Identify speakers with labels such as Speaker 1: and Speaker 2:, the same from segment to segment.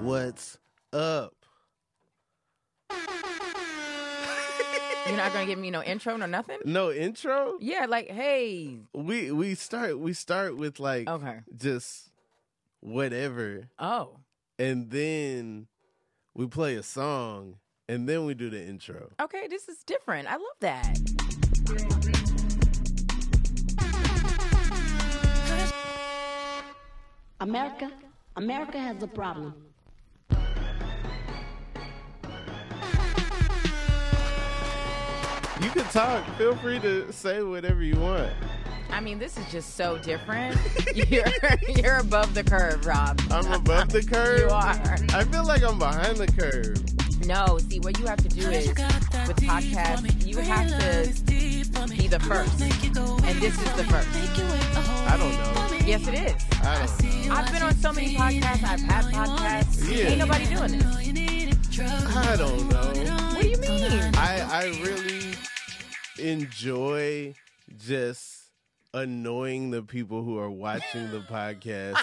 Speaker 1: What's up?
Speaker 2: You're not gonna give me no intro, no nothing.
Speaker 1: No intro.
Speaker 2: Yeah, like hey,
Speaker 1: We we start we start with like
Speaker 2: okay,
Speaker 1: just whatever,
Speaker 2: oh,
Speaker 1: and then we play a song, and then we do the intro.
Speaker 2: okay, this is different. I love that.
Speaker 3: America, America has a problem.
Speaker 1: You can talk. Feel free to say whatever you want.
Speaker 2: I mean, this is just so different. you're you're above the curve, Rob.
Speaker 1: I'm above the curve.
Speaker 2: You are.
Speaker 1: I feel like I'm behind the curve.
Speaker 2: No, see what you have to do is with podcasts, you have to.
Speaker 4: be
Speaker 2: the first.
Speaker 4: And
Speaker 2: this is the first.
Speaker 1: I don't know.
Speaker 2: Yes, it is.
Speaker 1: I don't. know.
Speaker 2: I've been on so many podcasts. I've had podcasts.
Speaker 1: Yeah.
Speaker 2: Ain't nobody doing this.
Speaker 1: I don't know.
Speaker 2: What do you mean?
Speaker 1: I I really enjoy just annoying the people who are watching the podcast,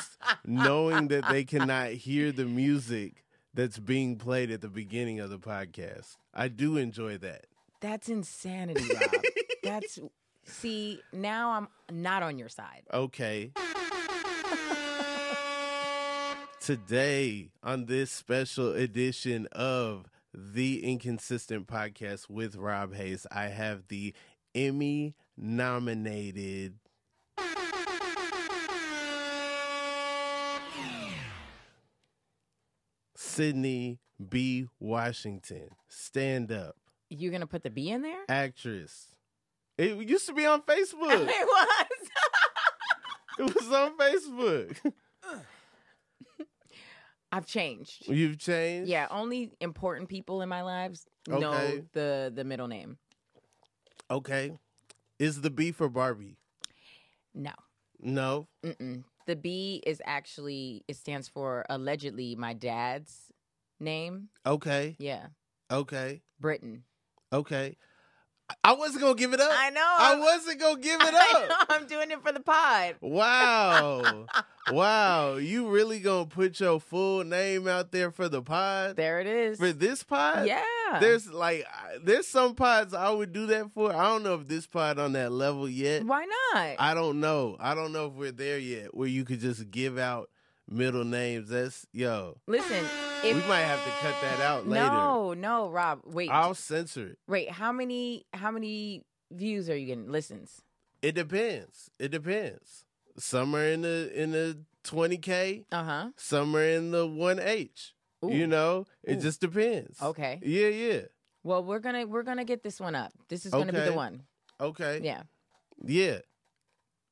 Speaker 1: knowing that they cannot hear the music that's being played at the beginning of the podcast. I do enjoy that.
Speaker 2: That's insanity, Rob. That's see. Now I'm not on your side.
Speaker 1: Okay. Today on this special edition of the Inconsistent Podcast with Rob Hayes, I have the Emmy nominated Sydney B. Washington, stand up
Speaker 2: You're gonna put the B in there?
Speaker 1: actress. It used to be on Facebook.
Speaker 2: It was.
Speaker 1: It was on Facebook.
Speaker 2: I've changed.
Speaker 1: You've changed?
Speaker 2: Yeah, only important people in my lives know
Speaker 1: Okay.
Speaker 2: the the middle name.
Speaker 1: Okay. Is the B for Barbie?
Speaker 2: No.
Speaker 1: No.
Speaker 2: Mm-mm. The B is actually it stands for allegedly my dad's name.
Speaker 1: Okay.
Speaker 2: Yeah,
Speaker 1: Okay.
Speaker 2: Britain.
Speaker 1: Okay. I- I wasn't gonna give it up.
Speaker 2: I know.
Speaker 1: I
Speaker 2: I'm-
Speaker 1: wasn't gonna give it
Speaker 2: I
Speaker 1: up.
Speaker 2: know, I'm doing it for the pod.
Speaker 1: Wow. wow. You really gonna put your full name out there for the pod?
Speaker 2: There it is.
Speaker 1: for this pod?
Speaker 2: yeah.
Speaker 1: There's like I- there's some pods I would do that for. I don't know if this pod on that level yet.
Speaker 2: Why not?
Speaker 1: I don't know. I don't know if we're there yet where you could just give out middle names. That's yo.
Speaker 2: Listen, if
Speaker 1: we might have to cut that out later.
Speaker 2: no, no, Rob, wait,
Speaker 1: I'll censor it.
Speaker 2: wait. How many how many views are you getting? Listens.
Speaker 1: It depends. It depends. Some are in the in the twenty k.
Speaker 2: Uh huh.
Speaker 1: Some are in the one h. You know, it
Speaker 2: Ooh.
Speaker 1: just depends.
Speaker 2: Okay.
Speaker 1: Yeah, yeah.
Speaker 2: Well, we're gonna we're gonna get this one up. This is gonna be
Speaker 1: Okay.
Speaker 2: the one.
Speaker 1: Okay.
Speaker 2: Yeah.
Speaker 1: Yeah.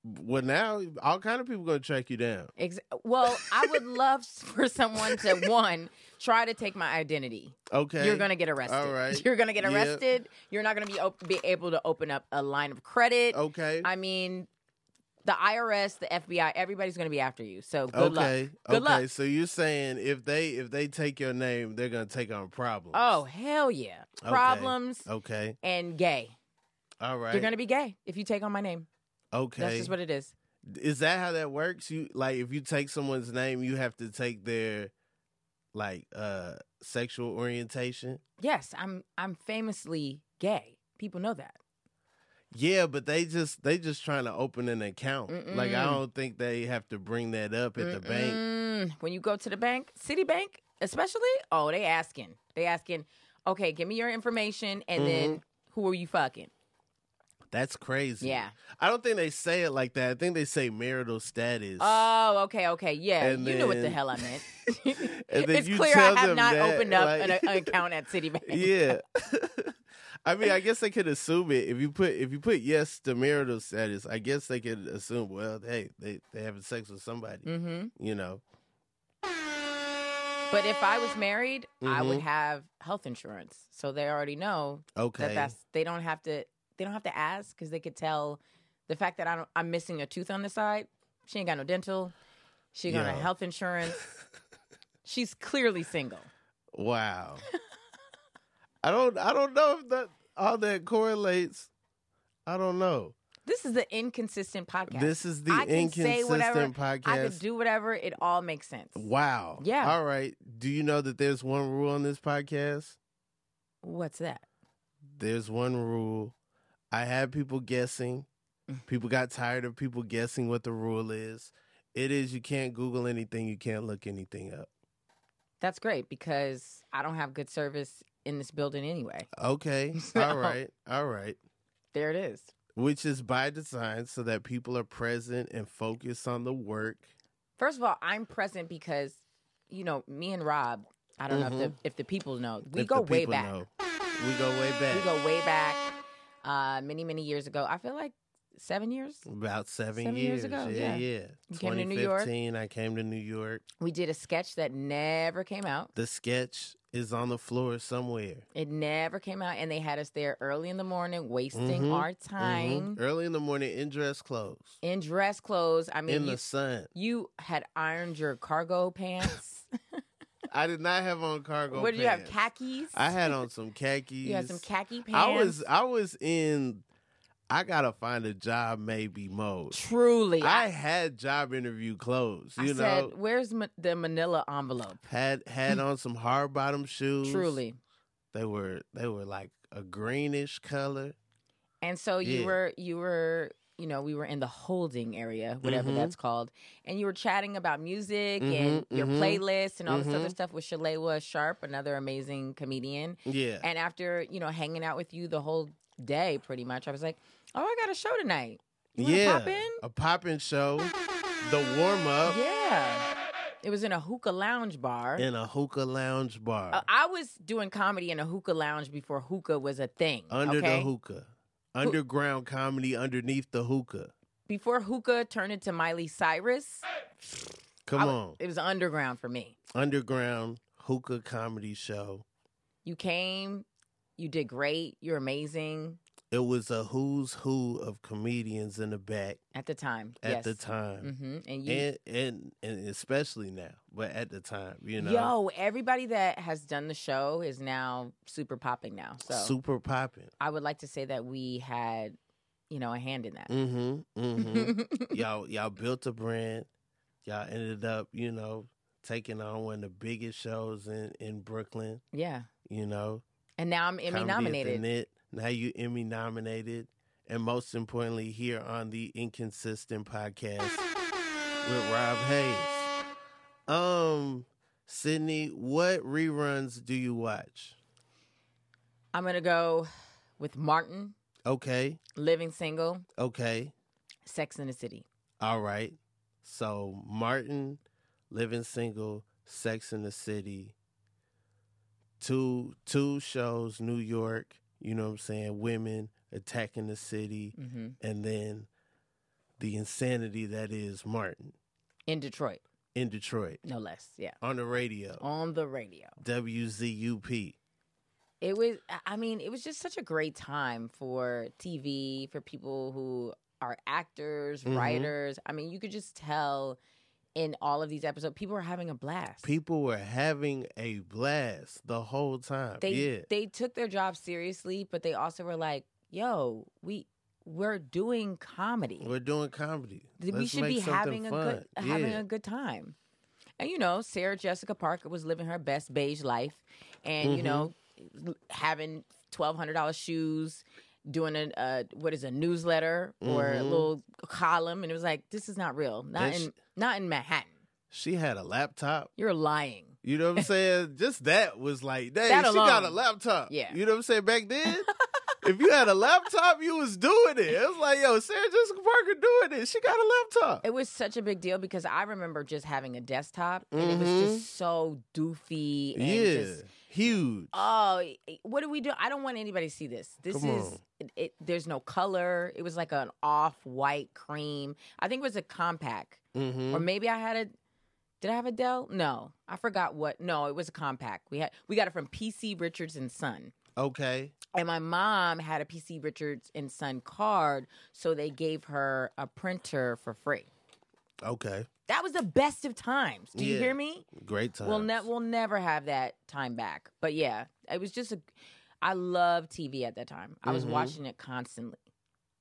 Speaker 1: Well, now all kind of people gonna track you down.
Speaker 2: Ex- well, I would love for someone to one try to take my identity.
Speaker 1: Okay.
Speaker 2: You're gonna get arrested.
Speaker 1: All right.
Speaker 2: You're gonna get
Speaker 1: Yep.
Speaker 2: arrested. You're not gonna be op- be able to open up a line of credit.
Speaker 1: Okay.
Speaker 2: I mean, the IRS, the FBI, everybody's gonna be after you. So good luck.
Speaker 1: okay.
Speaker 2: Good
Speaker 1: okay.
Speaker 2: luck.
Speaker 1: So you're saying if they if they take your name, they're gonna take on problems.
Speaker 2: Oh hell yeah!
Speaker 1: Okay.
Speaker 2: Problems
Speaker 1: Okay.
Speaker 2: and gay.
Speaker 1: All right.
Speaker 2: You're gonna be gay if you take on my name.
Speaker 1: okay.
Speaker 2: That's just what it is.
Speaker 1: Is that how that works? You like if you take someone's name, you have to take their like uh sexual orientation.
Speaker 2: Yes, I'm I'm famously gay. People know that.
Speaker 1: Yeah, but they just they just trying to open an account. Like I
Speaker 2: Mm-mm.
Speaker 1: don't think they have to bring that up at the bank.
Speaker 2: Mm-mm. When you go to the bank, Citibank especially, oh, they asking. They asking, okay, give me your information and then
Speaker 1: Mm-hmm.
Speaker 2: who are you fucking?
Speaker 1: That's crazy.
Speaker 2: Yeah.
Speaker 1: I don't think they say it like that. I think they say marital status.
Speaker 2: Oh, okay, okay. Yeah.
Speaker 1: And
Speaker 2: you know what the
Speaker 1: then-
Speaker 2: hell I meant.
Speaker 1: And then
Speaker 2: it's
Speaker 1: you
Speaker 2: clear
Speaker 1: tell
Speaker 2: I have
Speaker 1: them
Speaker 2: not
Speaker 1: that,
Speaker 2: opened up
Speaker 1: like-
Speaker 2: an, an account at Citibank.
Speaker 1: yeah. I mean, I guess they could assume it if you put if you put yes to marital status. I guess they could assume, well, hey, they they having sex with somebody,
Speaker 2: hmm
Speaker 1: you know.
Speaker 2: But if I was married, I would
Speaker 1: Mhm.
Speaker 2: have health insurance. So they already know
Speaker 1: Okay.
Speaker 2: that that's they don't have to they don't have to ask because they could tell the fact that I don't, I'm missing a tooth on the side. She ain't got no dental. She got
Speaker 1: Yo.
Speaker 2: no health insurance. She's clearly single.
Speaker 1: Wow. I don't I don't know if that all that correlates. I don't know.
Speaker 2: This is the inconsistent podcast.
Speaker 1: This is the
Speaker 2: I can say
Speaker 1: inconsistent
Speaker 2: whatever,
Speaker 1: podcast.
Speaker 2: I could do whatever. It all makes sense.
Speaker 1: wow.
Speaker 2: Yeah.
Speaker 1: All right. Do you know that there's one rule on this podcast?
Speaker 2: What's that?
Speaker 1: There's one rule. I had people guessing.
Speaker 2: Mm.
Speaker 1: People got tired of people guessing what the rule is. It is you can't Google anything, you can't look anything up.
Speaker 2: That's great because I don't have good service in this building anyway.
Speaker 1: Okay.
Speaker 2: No.
Speaker 1: All right. All right.
Speaker 2: There it is.
Speaker 1: Which is by design so that people are present and focused on the work.
Speaker 2: First of all, I'm present because, you know, me and Rob, I don't know if
Speaker 1: Mhm.
Speaker 2: the, if the people know, we
Speaker 1: If
Speaker 2: go
Speaker 1: the
Speaker 2: way
Speaker 1: people
Speaker 2: back.
Speaker 1: know. We go way back.
Speaker 2: We go way back uh, many, many years ago. I feel like seven years.
Speaker 1: About seven,
Speaker 2: Seven
Speaker 1: years.
Speaker 2: years ago,
Speaker 1: Yeah,
Speaker 2: yeah.
Speaker 1: yeah.
Speaker 2: You came to New York?
Speaker 1: 2015, I came to New York.
Speaker 2: We did a sketch that never came out.
Speaker 1: The sketch is on the floor somewhere.
Speaker 2: It never came out, and they had us there early in the morning, wasting
Speaker 1: Mhm,
Speaker 2: our
Speaker 1: Mhm.
Speaker 2: time
Speaker 1: Early in the morning, in dress clothes,
Speaker 2: in dress clothes. I mean,
Speaker 1: in
Speaker 2: you,
Speaker 1: the sun.
Speaker 2: you had ironed your cargo pants.
Speaker 1: I did not have on cargo.
Speaker 2: what did you have?
Speaker 1: pants.
Speaker 2: Khakis.
Speaker 1: I had on some khakis.
Speaker 2: You had some khaki pants.
Speaker 1: I was, I was in. I gotta find a job, maybe mode.
Speaker 2: truly.
Speaker 1: I had job interview clothes.
Speaker 2: I
Speaker 1: You know,
Speaker 2: said, "Where's ma- the Manila envelope?"
Speaker 1: had had on some hard bottom shoes.
Speaker 2: Truly.
Speaker 1: they were they were like a greenish color.
Speaker 2: And so you
Speaker 1: Yeah.
Speaker 2: were, you were, you know, we were in the holding area, whatever
Speaker 1: Mhm.
Speaker 2: that's called, and you were chatting about music and
Speaker 1: Mhm,
Speaker 2: your
Speaker 1: mhm,
Speaker 2: playlist and all this other
Speaker 1: mhm.
Speaker 2: stuff with Shalewa Sharp, another amazing comedian.
Speaker 1: Yeah.
Speaker 2: And after, you know, hanging out with you the whole day pretty much, I was like, oh, I got a show tonight. You wanna
Speaker 1: yeah,
Speaker 2: pop in?
Speaker 1: a poppin' show, the warm up
Speaker 2: Yeah. It was in a hookah lounge bar.
Speaker 1: Oh. in a hookah lounge bar
Speaker 2: Uh, I was doing comedy in a hookah lounge before hookah was a thing.
Speaker 1: under
Speaker 2: okay?
Speaker 1: the hookah, underground comedy underneath the hookah.
Speaker 2: Before hookah turned into Miley Cyrus,
Speaker 1: Come
Speaker 2: I
Speaker 1: on,
Speaker 2: it was underground for me.
Speaker 1: underground hookah comedy show.
Speaker 2: You came, you did great, you're amazing
Speaker 1: It was a who's who of comedians in the back
Speaker 2: at the time.
Speaker 1: at
Speaker 2: yes.
Speaker 1: the time,
Speaker 2: hmm And you
Speaker 1: and, and and especially now, but at the time, you know,
Speaker 2: Yo, everybody that has done the show is now super popping now. So
Speaker 1: super poppin'.
Speaker 2: I would like to say that we had, you know, a hand in that.
Speaker 1: Mm-hmm. Mm-hmm. y'all y'all built a brand. Y'all ended up, you know, taking on one of the biggest shows in in Brooklyn.
Speaker 2: yeah.
Speaker 1: You know,
Speaker 2: And now I'm Emmy
Speaker 1: Comedy at the
Speaker 2: nominated.
Speaker 1: Knit. Now you Emmy nominated, and most importantly, here on the Inconsistent Podcast with Rob Hayes. Um, Sydney, what reruns do you watch?
Speaker 2: I'm going to go with Martin,
Speaker 1: Okay,
Speaker 2: Living Single,
Speaker 1: okay,
Speaker 2: Sex in the City.
Speaker 1: all right. So Martin, Living Single, Sex in the City. Two two shows, New York. You know what I'm saying? Women attacking the city.
Speaker 2: hmm
Speaker 1: and then the insanity that is Martin
Speaker 2: In Detroit,
Speaker 1: in Detroit
Speaker 2: no less. Yeah.
Speaker 1: on the radio,
Speaker 2: On the radio.
Speaker 1: WZUP.
Speaker 2: It was, I- I mean, it was just such a great time for TV, for people who are actors,
Speaker 1: Mhm.
Speaker 2: writers. I mean, you could just tell in all of these episodes, people are having a blast.
Speaker 1: People were having a blast the whole time.
Speaker 2: they
Speaker 1: yeah.
Speaker 2: they took their job seriously, but they also were like, "Yo, we we're doing comedy.
Speaker 1: we're doing comedy.
Speaker 2: Th- we
Speaker 1: Let's
Speaker 2: should
Speaker 1: make
Speaker 2: be
Speaker 1: something
Speaker 2: having a
Speaker 1: fun.
Speaker 2: good having
Speaker 1: yeah.
Speaker 2: a good time." And you know, Sarah Jessica Parker was living her best beige life, and you
Speaker 1: Mhm.
Speaker 2: know, l- having twelve hundred dollars shoes. Doing a, a what is a newsletter or a
Speaker 1: Mhm.
Speaker 2: little column, and it was like this is not real, not
Speaker 1: And
Speaker 2: in
Speaker 1: sh-
Speaker 2: not in Manhattan.
Speaker 1: She had a laptop.
Speaker 2: You're lying.
Speaker 1: You know what I'm saying? Just that was like, dang,
Speaker 2: That
Speaker 1: she got a
Speaker 2: alone.
Speaker 1: laptop.
Speaker 2: Yeah.
Speaker 1: You know what I'm saying? Back then, if you had a laptop, you was doing it. It was like, yo, Sarah Jessica Parker doing it. She got a laptop.
Speaker 2: It was such a big deal because I remember just having a desktop and it was just so doofy
Speaker 1: Mm-hmm.
Speaker 2: and
Speaker 1: yeah.
Speaker 2: just
Speaker 1: Huge.
Speaker 2: oh, what do we do? I don't want anybody to see this. This
Speaker 1: Come
Speaker 2: is
Speaker 1: on.
Speaker 2: it, it- there's no color. It was like an off-white cream. I think it was a compact
Speaker 1: mm-hmm.
Speaker 2: or maybe I had a did I have a Dell? No. I forgot what. No, it was a compact. We had we got it from PC Richards and Son.
Speaker 1: Okay.
Speaker 2: And my mom had a PC Richards and Son card, so they gave her a printer for free.
Speaker 1: Okay.
Speaker 2: That was the best of times. Do you
Speaker 1: Yeah.
Speaker 2: hear me?
Speaker 1: Great time.
Speaker 2: We'll, ne- we'll never have that time back. But yeah, it was just a. I love TV at that time. I was
Speaker 1: Mhm.
Speaker 2: watching it constantly.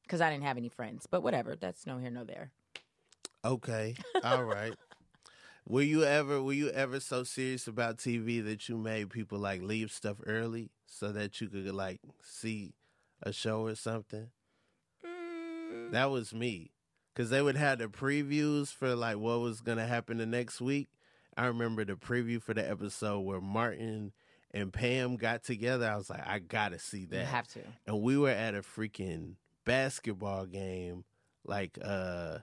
Speaker 2: because I didn't have any friends. But whatever, that's no here, no there.
Speaker 1: Okay. All right. Were you ever were you ever so serious about TV that you made people like leave stuff early so that you could like see a show or something?
Speaker 2: Mm,
Speaker 1: That was me. Cause they would have the previews for like what was gonna happen the next week. I remember the preview for the episode where Martin and Pam got together. I was like, I gotta see
Speaker 2: you
Speaker 1: that.
Speaker 2: have to.
Speaker 1: and we were at a freaking basketball game like uh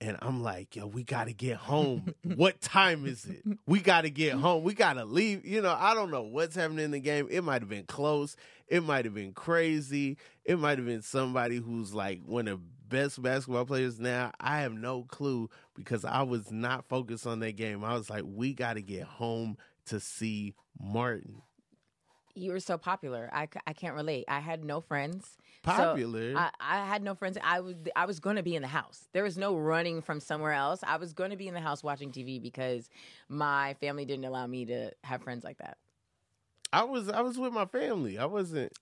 Speaker 1: and I'm like, yo, we gotta get home. what time is it? We gotta get home. We gotta leave. You know, I don't know what's happening in the game. It might have been close. It might have been crazy. It might have been somebody who's like one of the best basketball players now. I have no clue because I was not focused on that game. I was like, we gotta get home to see Martin.
Speaker 2: You were so popular. I, c- I can't relate. I had no friends. So,
Speaker 1: Popular.
Speaker 2: I, I had no friends. I was I was gonna be in the house. There was no running from somewhere else. I was gonna be in the house watching TV because my family didn't allow me to have friends like that.
Speaker 1: I was I was with my family. I wasn't.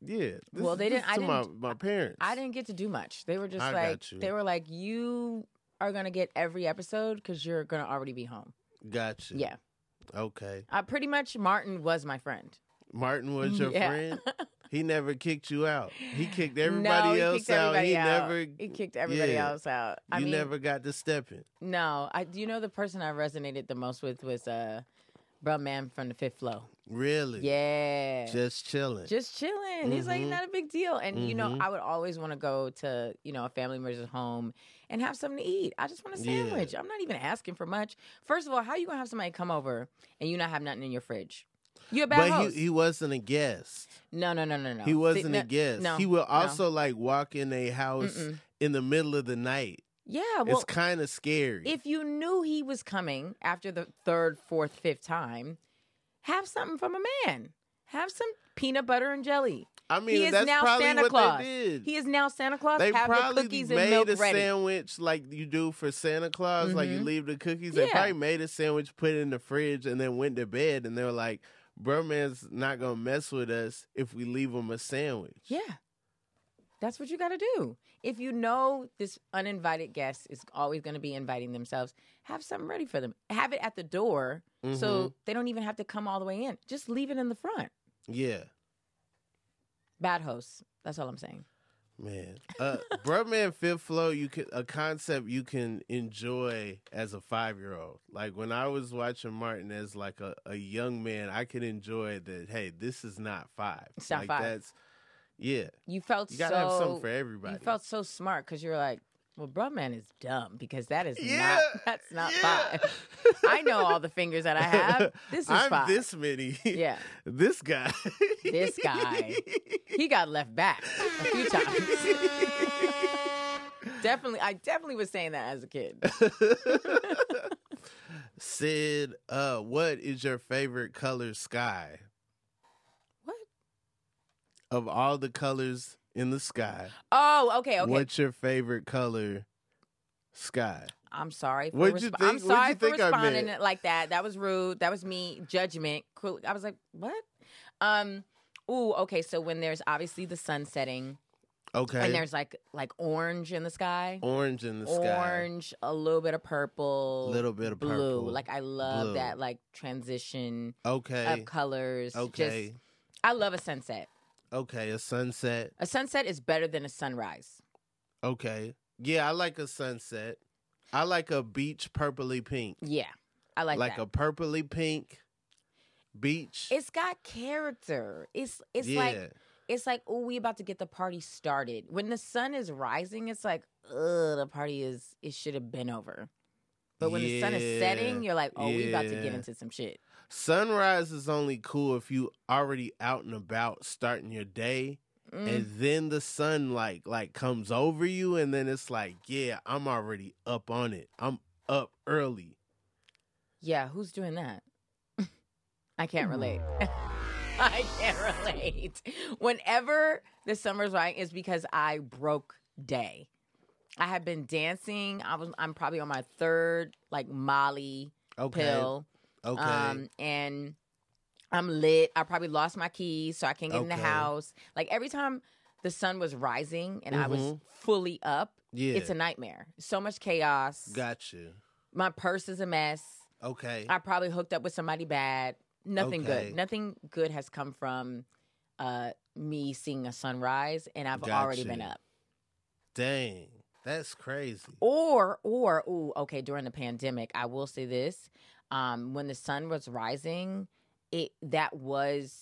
Speaker 1: Yeah. This
Speaker 2: Well,
Speaker 1: is-
Speaker 2: they
Speaker 1: this
Speaker 2: didn't- I
Speaker 1: to my,
Speaker 2: didn't-
Speaker 1: my parents.
Speaker 2: I didn't get to do much. They were just
Speaker 1: I got
Speaker 2: like
Speaker 1: you.
Speaker 2: they were like you are gonna get every episode because you're gonna already be home.
Speaker 1: Gotcha.
Speaker 2: Yeah,
Speaker 1: Okay.
Speaker 2: uh, pretty much. Martin was my friend.
Speaker 1: Martin was your
Speaker 2: Mm-hmm. Yeah.
Speaker 1: friend. He never kicked you out. He kicked everybody
Speaker 2: no, he
Speaker 1: else
Speaker 2: kicked
Speaker 1: out.
Speaker 2: Everybody
Speaker 1: he
Speaker 2: out.
Speaker 1: never.
Speaker 2: he kicked everybody
Speaker 1: yeah.
Speaker 2: else out. I
Speaker 1: you
Speaker 2: mean,
Speaker 1: never got to step in.
Speaker 2: no. I you know the person I resonated the most with was uh, Bruh Man from the Fifth Flow.
Speaker 1: Really.
Speaker 2: Yeah.
Speaker 1: Just chilling.
Speaker 2: just chilling. He's like
Speaker 1: Mhm.
Speaker 2: not a big deal, and you know
Speaker 1: Mhm.
Speaker 2: I would always want to go to you know a family member's home and have something to eat. I just want a
Speaker 1: Yeah.
Speaker 2: sandwich. I'm not even asking for much. First of all, how you gonna have somebody come over and you not have nothing in your fridge? You a bad
Speaker 1: but
Speaker 2: host.
Speaker 1: he, he wasn't a guest.
Speaker 2: no, no, no, no, no.
Speaker 1: He wasn't
Speaker 2: See,
Speaker 1: a
Speaker 2: no-
Speaker 1: guest.
Speaker 2: no,
Speaker 1: he will also like walk in a house
Speaker 2: Mm-mm.
Speaker 1: in the middle of the night.
Speaker 2: Yeah, well,
Speaker 1: it's kind of scary.
Speaker 2: if you knew he was coming after the third, fourth, fifth time, have something from a man. Have some peanut butter and jelly.
Speaker 1: I mean,
Speaker 2: he is
Speaker 1: that's
Speaker 2: now
Speaker 1: probably
Speaker 2: Santa
Speaker 1: what
Speaker 2: Claus.
Speaker 1: they did.
Speaker 2: He is now Santa Claus.
Speaker 1: They
Speaker 2: have your
Speaker 1: probably
Speaker 2: cookies and
Speaker 1: made
Speaker 2: milk
Speaker 1: a
Speaker 2: ready.
Speaker 1: sandwich like you do for Santa Claus, like you
Speaker 2: Mhm.
Speaker 1: leave the cookies. They
Speaker 2: Yeah.
Speaker 1: probably made a sandwich, put it in the fridge, and then went to bed. And they were like, "Bro, man's not gonna mess with us if we leave him a sandwich."
Speaker 2: Yeah. That's what you got to do. If you know this uninvited guest is always going to be inviting themselves, have something ready for them. Have it at the door
Speaker 1: Mm-hmm.
Speaker 2: so they don't even have to come all the way in. Just leave it in the front.
Speaker 1: yeah,
Speaker 2: Bad hosts. That's all I'm saying.
Speaker 1: man, uh, bro, man, fifth flow. You can a concept you can enjoy as a five year old. Like when I was watching Martin as like a, a young man, I could enjoy that. Hey, this is not five.
Speaker 2: It's not
Speaker 1: like
Speaker 2: five.
Speaker 1: that's yeah.
Speaker 2: You felt
Speaker 1: You gotta
Speaker 2: so
Speaker 1: have something for everybody.
Speaker 2: you felt so smart cuz you're like, well, bro, man is dumb because that is
Speaker 1: Yeah,
Speaker 2: not that's not
Speaker 1: yeah.
Speaker 2: five. I know all the fingers that I have. This is
Speaker 1: I'm
Speaker 2: five.
Speaker 1: this many.
Speaker 2: yeah,
Speaker 1: This guy.
Speaker 2: this guy. he got left back a few times. Definitely, I definitely was saying that as a kid.
Speaker 1: Sid, uh, what is your favorite color sky?
Speaker 2: What?
Speaker 1: Of all the colors in the sky,
Speaker 2: Oh, okay, okay.
Speaker 1: what's your favorite color sky?
Speaker 2: I'm sorry. For
Speaker 1: What'd you
Speaker 2: resp-
Speaker 1: think-
Speaker 2: I'm
Speaker 1: what'd
Speaker 2: sorry
Speaker 1: you
Speaker 2: for
Speaker 1: think I
Speaker 2: responding
Speaker 1: meant?
Speaker 2: like that. That was rude. That was me. Judgment. Cool. I was like, what? Um. Ooh. Okay. So when there's obviously the sun setting, and
Speaker 1: Okay.
Speaker 2: there's like like orange in the sky,
Speaker 1: Orange in the sky.
Speaker 2: orange, a little bit of purple,
Speaker 1: Little bit of
Speaker 2: blue.
Speaker 1: purple.
Speaker 2: Like I love
Speaker 1: Blue.
Speaker 2: that like transition
Speaker 1: Okay.
Speaker 2: of colors. Just-
Speaker 1: Okay.
Speaker 2: I love a sunset.
Speaker 1: okay. A sunset.
Speaker 2: A sunset is better than a sunrise.
Speaker 1: Okay. Yeah, I like a sunset. I like a beach purpley pink.
Speaker 2: Yeah, I like,
Speaker 1: like
Speaker 2: that.
Speaker 1: a purpley pink beach.
Speaker 2: it's got character. It's it's like it's like oh, we about to get the party started. When the sun is rising, it's like ugh, the party is it should have been over. But when the sun is setting,
Speaker 1: Yeah,
Speaker 2: you're like, oh, we about to
Speaker 1: yeah.
Speaker 2: get into some shit.
Speaker 1: sunrise is only cool if you already out and about starting your day,
Speaker 2: Mm,
Speaker 1: and then the sun like like comes over you, and then it's like, yeah, I'm already up on it. I'm up early.
Speaker 2: yeah, who's doing that? I can't relate.
Speaker 1: Mm.
Speaker 2: I can't relate. Whenever the summer's right, it's because I broke day. I had been dancing. I was. I'm probably on my third like Molly
Speaker 1: Okay,
Speaker 2: pill.
Speaker 1: okay,
Speaker 2: Um, and I'm lit. I probably lost my keys, so I can't get in the
Speaker 1: Okay.
Speaker 2: house. Like every time the sun was rising and I was
Speaker 1: Mhm.
Speaker 2: fully up,
Speaker 1: Yeah.
Speaker 2: it's a nightmare. So much chaos.
Speaker 1: Gotcha.
Speaker 2: My purse is a mess.
Speaker 1: Okay.
Speaker 2: I probably hooked up with somebody bad. Nothing
Speaker 1: Okay.
Speaker 2: good. Nothing good has come from uh, me seeing a sunrise, and I've already been
Speaker 1: Gotcha.
Speaker 2: up.
Speaker 1: Dang. That's crazy.
Speaker 2: Or, or, ooh, okay. During the pandemic, I will say this: um, when the sun was rising, it that was,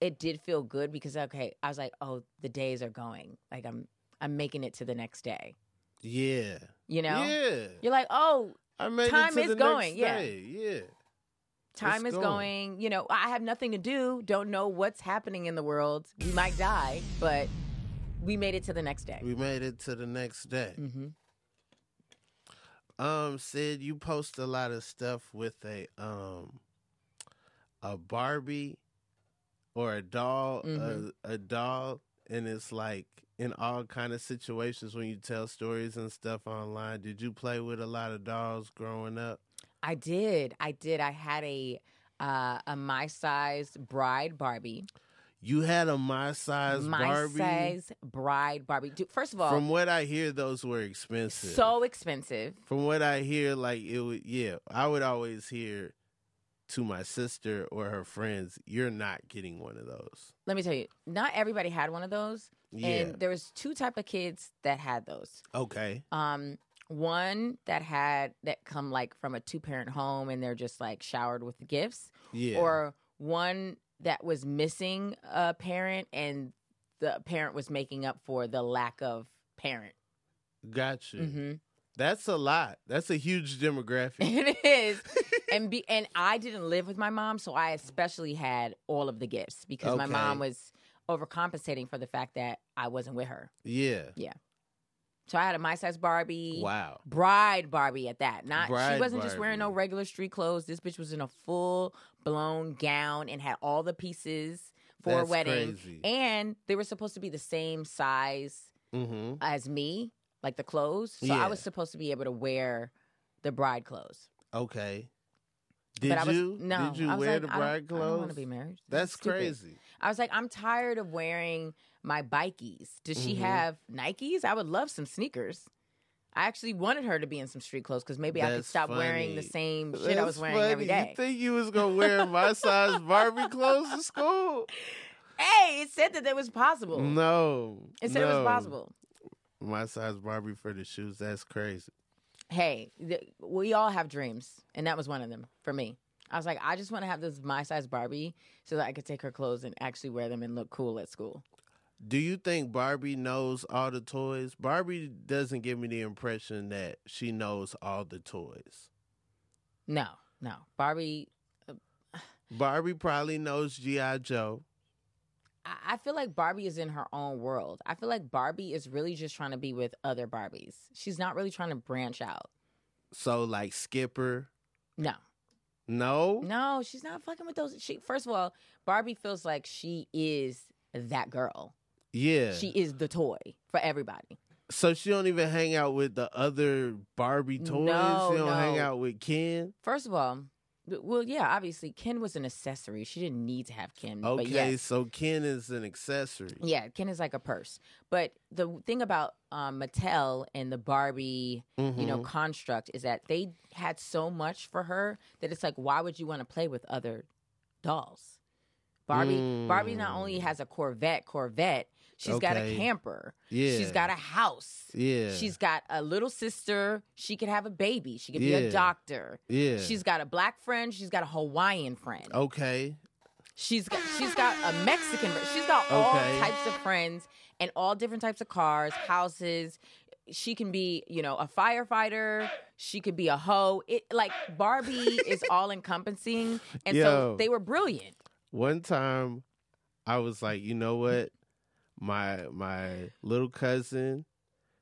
Speaker 2: it did feel good because okay, I was like, oh, the days are going. Like I'm, I'm making it to the next day.
Speaker 1: Yeah.
Speaker 2: You know,
Speaker 1: Yeah.
Speaker 2: you're like, oh,
Speaker 1: I made
Speaker 2: Time
Speaker 1: it to
Speaker 2: is
Speaker 1: the Next
Speaker 2: going, yeah.
Speaker 1: Day. Yeah.
Speaker 2: time
Speaker 1: It's
Speaker 2: is
Speaker 1: gone.
Speaker 2: going. You know, I have nothing to do. Don't know what's happening in the world. We might die, but we made it to the next day.
Speaker 1: We made it to the next day.
Speaker 2: hmm
Speaker 1: Um, Sid, you post a lot of stuff with a um a Barbie or a doll,
Speaker 2: Mhm.
Speaker 1: a, a doll, and it's like in all kind of situations when you tell stories and stuff online. Did you play with a lot of dolls growing up?
Speaker 2: I did. I did. I had a uh, a my size bride Barbie.
Speaker 1: You had a my size
Speaker 2: my
Speaker 1: Barbie.
Speaker 2: size bride Barbie. Dude, first of all,
Speaker 1: From what I hear, those were expensive.
Speaker 2: so expensive.
Speaker 1: from what I hear, like it would, yeah, I would always hear to my sister or her friends, "You're not getting one of those."
Speaker 2: Let me tell you, not everybody had one of those,
Speaker 1: Yeah.
Speaker 2: and there was two type of kids that had those.
Speaker 1: okay.
Speaker 2: Um, one that had that come like from a two parent home, and they're just like showered with gifts,
Speaker 1: Yeah.
Speaker 2: or one that was missing a parent, and the parent was making up for the lack of parent.
Speaker 1: gotcha.
Speaker 2: hmm
Speaker 1: That's a lot. That's a huge demographic.
Speaker 2: It is. and be and I didn't live with my mom, so I especially had all of the gifts because my
Speaker 1: Okay.
Speaker 2: mom was overcompensating for the fact that I wasn't with her.
Speaker 1: yeah.
Speaker 2: So I had a my size Barbie.
Speaker 1: Wow.
Speaker 2: Bride Barbie at that. Not
Speaker 1: Bride
Speaker 2: she wasn't just wearing no
Speaker 1: Barbie.
Speaker 2: regular street clothes. This bitch was in a full blown gown and had all the pieces for a
Speaker 1: That's
Speaker 2: wedding.
Speaker 1: crazy.
Speaker 2: And they were supposed to be the same size
Speaker 1: Mm-hmm.
Speaker 2: as me, like the clothes. So
Speaker 1: Yeah.
Speaker 2: I was supposed to be able to wear the bride clothes.
Speaker 1: Okay.
Speaker 2: But
Speaker 1: Did
Speaker 2: I was-
Speaker 1: you?
Speaker 2: No,
Speaker 1: Did you
Speaker 2: I was
Speaker 1: wear
Speaker 2: like,
Speaker 1: the
Speaker 2: I don't-
Speaker 1: bride
Speaker 2: I don't
Speaker 1: clothes?
Speaker 2: want to be married.
Speaker 1: That's
Speaker 2: stupid.
Speaker 1: crazy.
Speaker 2: I was like, I'm tired of wearing my bikies. Does she
Speaker 1: Mhm.
Speaker 2: have Nikes? I would love some sneakers. I actually wanted her to be in some street clothes because maybe I could
Speaker 1: That's
Speaker 2: stop wearing the
Speaker 1: funny.
Speaker 2: same shit
Speaker 1: That's
Speaker 2: I was wearing every
Speaker 1: funny.
Speaker 2: day.
Speaker 1: You think you was gonna wear my size Barbie clothes to school?
Speaker 2: hey, it said that that was possible.
Speaker 1: No.
Speaker 2: It said it
Speaker 1: no.
Speaker 2: was possible.
Speaker 1: My size Barbie for the shoes. That's crazy.
Speaker 2: Hey, th- we all have dreams, and that was one of them for me. I was like, I just want to have this my size Barbie so that I could take her clothes and actually wear them and look cool at school.
Speaker 1: Do you think Barbie knows all the toys? Barbie doesn't give me the impression that she knows all the toys.
Speaker 2: No, no, Barbie.
Speaker 1: Barbie probably knows G.I. Joe.
Speaker 2: I I feel like Barbie is in her own world. I feel like Barbie is really just trying to be with other Barbies. She's not really trying to branch out.
Speaker 1: So, like Skipper.
Speaker 2: No,
Speaker 1: No?
Speaker 2: no, she's not fucking with those. She first of all, Barbie feels like she is that girl.
Speaker 1: Yeah.
Speaker 2: She is the toy for everybody.
Speaker 1: so, she don't even hang out with the other Barbie toys?
Speaker 2: No,
Speaker 1: she don't hang
Speaker 2: no.
Speaker 1: out with Ken?
Speaker 2: First of all, w- well, yeah, obviously Ken was an accessory. She didn't need to have Ken.
Speaker 1: Okay,
Speaker 2: but yes,
Speaker 1: so Ken is an accessory.
Speaker 2: yeah, Ken is like a purse. But the thing about um, Mattel and the Barbie you know
Speaker 1: Mhm.
Speaker 2: construct is that they had so much for her that it's like why would you want to play with other dolls barbie barbie not only
Speaker 1: Mm.
Speaker 2: has a corvette corvette she's got a
Speaker 1: Okay.
Speaker 2: camper
Speaker 1: Yeah.
Speaker 2: she's got a house
Speaker 1: Mm-hmm. Yeah.
Speaker 2: she's got a little sister she could have a baby she could be
Speaker 1: Yeah.
Speaker 2: a doctor
Speaker 1: Yeah.
Speaker 2: she's got a black friend she's got a hawaiian friend
Speaker 1: Okay.
Speaker 2: She's got she's got a Mexican. ver- She's got all
Speaker 1: Okay.
Speaker 2: types of friends and all different types of cars, houses. She can be, you know, a firefighter. She could be a hoe. It like Barbie is all encompassing, and
Speaker 1: Yo.
Speaker 2: so they were brilliant.
Speaker 1: one time I was like, you know what? My my little cousin,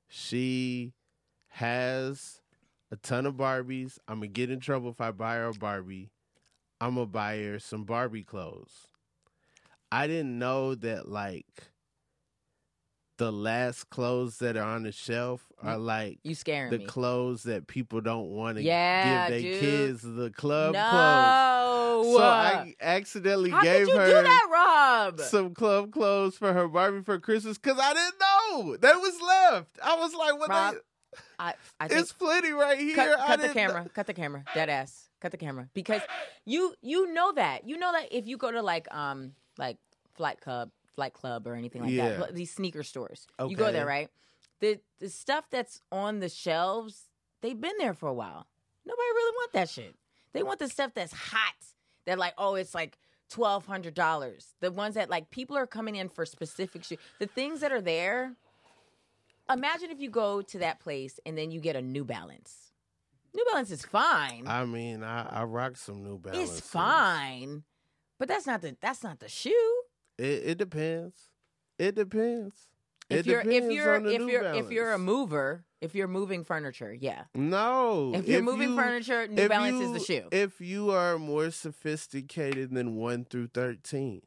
Speaker 1: she has a ton of Barbies. I'm gonna get in trouble if I buy her a Barbie. I'm gonna buy her some Barbie clothes. I didn't know that like the last clothes that are on the shelf are like
Speaker 2: You scaring
Speaker 1: the
Speaker 2: me.
Speaker 1: clothes that people don't want to
Speaker 2: Yeah,
Speaker 1: give their
Speaker 2: dude.
Speaker 1: kids the club
Speaker 2: no.
Speaker 1: clothes. So I accidentally
Speaker 2: How
Speaker 1: gave
Speaker 2: could you
Speaker 1: her
Speaker 2: do that, Rob?
Speaker 1: some club clothes for her Barbie for Christmas because I didn't know that was left. I was like, "What?
Speaker 2: Rob,
Speaker 1: the-
Speaker 2: I, I think
Speaker 1: it's plenty right here."
Speaker 2: cut,
Speaker 1: I
Speaker 2: cut the
Speaker 1: didn't-
Speaker 2: camera. Cut the camera. Dead ass. Cut the camera because you you know that you know that if you go to like um like flight club flight club or anything like
Speaker 1: Yeah.
Speaker 2: that pl- these sneaker stores you go
Speaker 1: Okay.
Speaker 2: there right the the stuff that's on the shelves they've been there for a while nobody really want that shit they want the stuff that's hot that like oh it's like twelve hundred dollars the ones that like people are coming in for specific shit the things that are there imagine if you go to that place and then you get a New Balance. New Balance is fine.
Speaker 1: I mean, I, I rock some New Balance.
Speaker 2: it's fine, but that's not the that's not the shoe.
Speaker 1: It, it depends. It depends.
Speaker 2: If
Speaker 1: it
Speaker 2: you're
Speaker 1: depends
Speaker 2: if you're
Speaker 1: on the
Speaker 2: if
Speaker 1: New
Speaker 2: you're if you're a
Speaker 1: Balance.
Speaker 2: mover, if you're moving furniture, yeah.
Speaker 1: no,
Speaker 2: If you're moving
Speaker 1: you-
Speaker 2: furniture, New
Speaker 1: if
Speaker 2: Balance is
Speaker 1: you-
Speaker 2: the shoe.
Speaker 1: If you are more sophisticated than one through thirteen,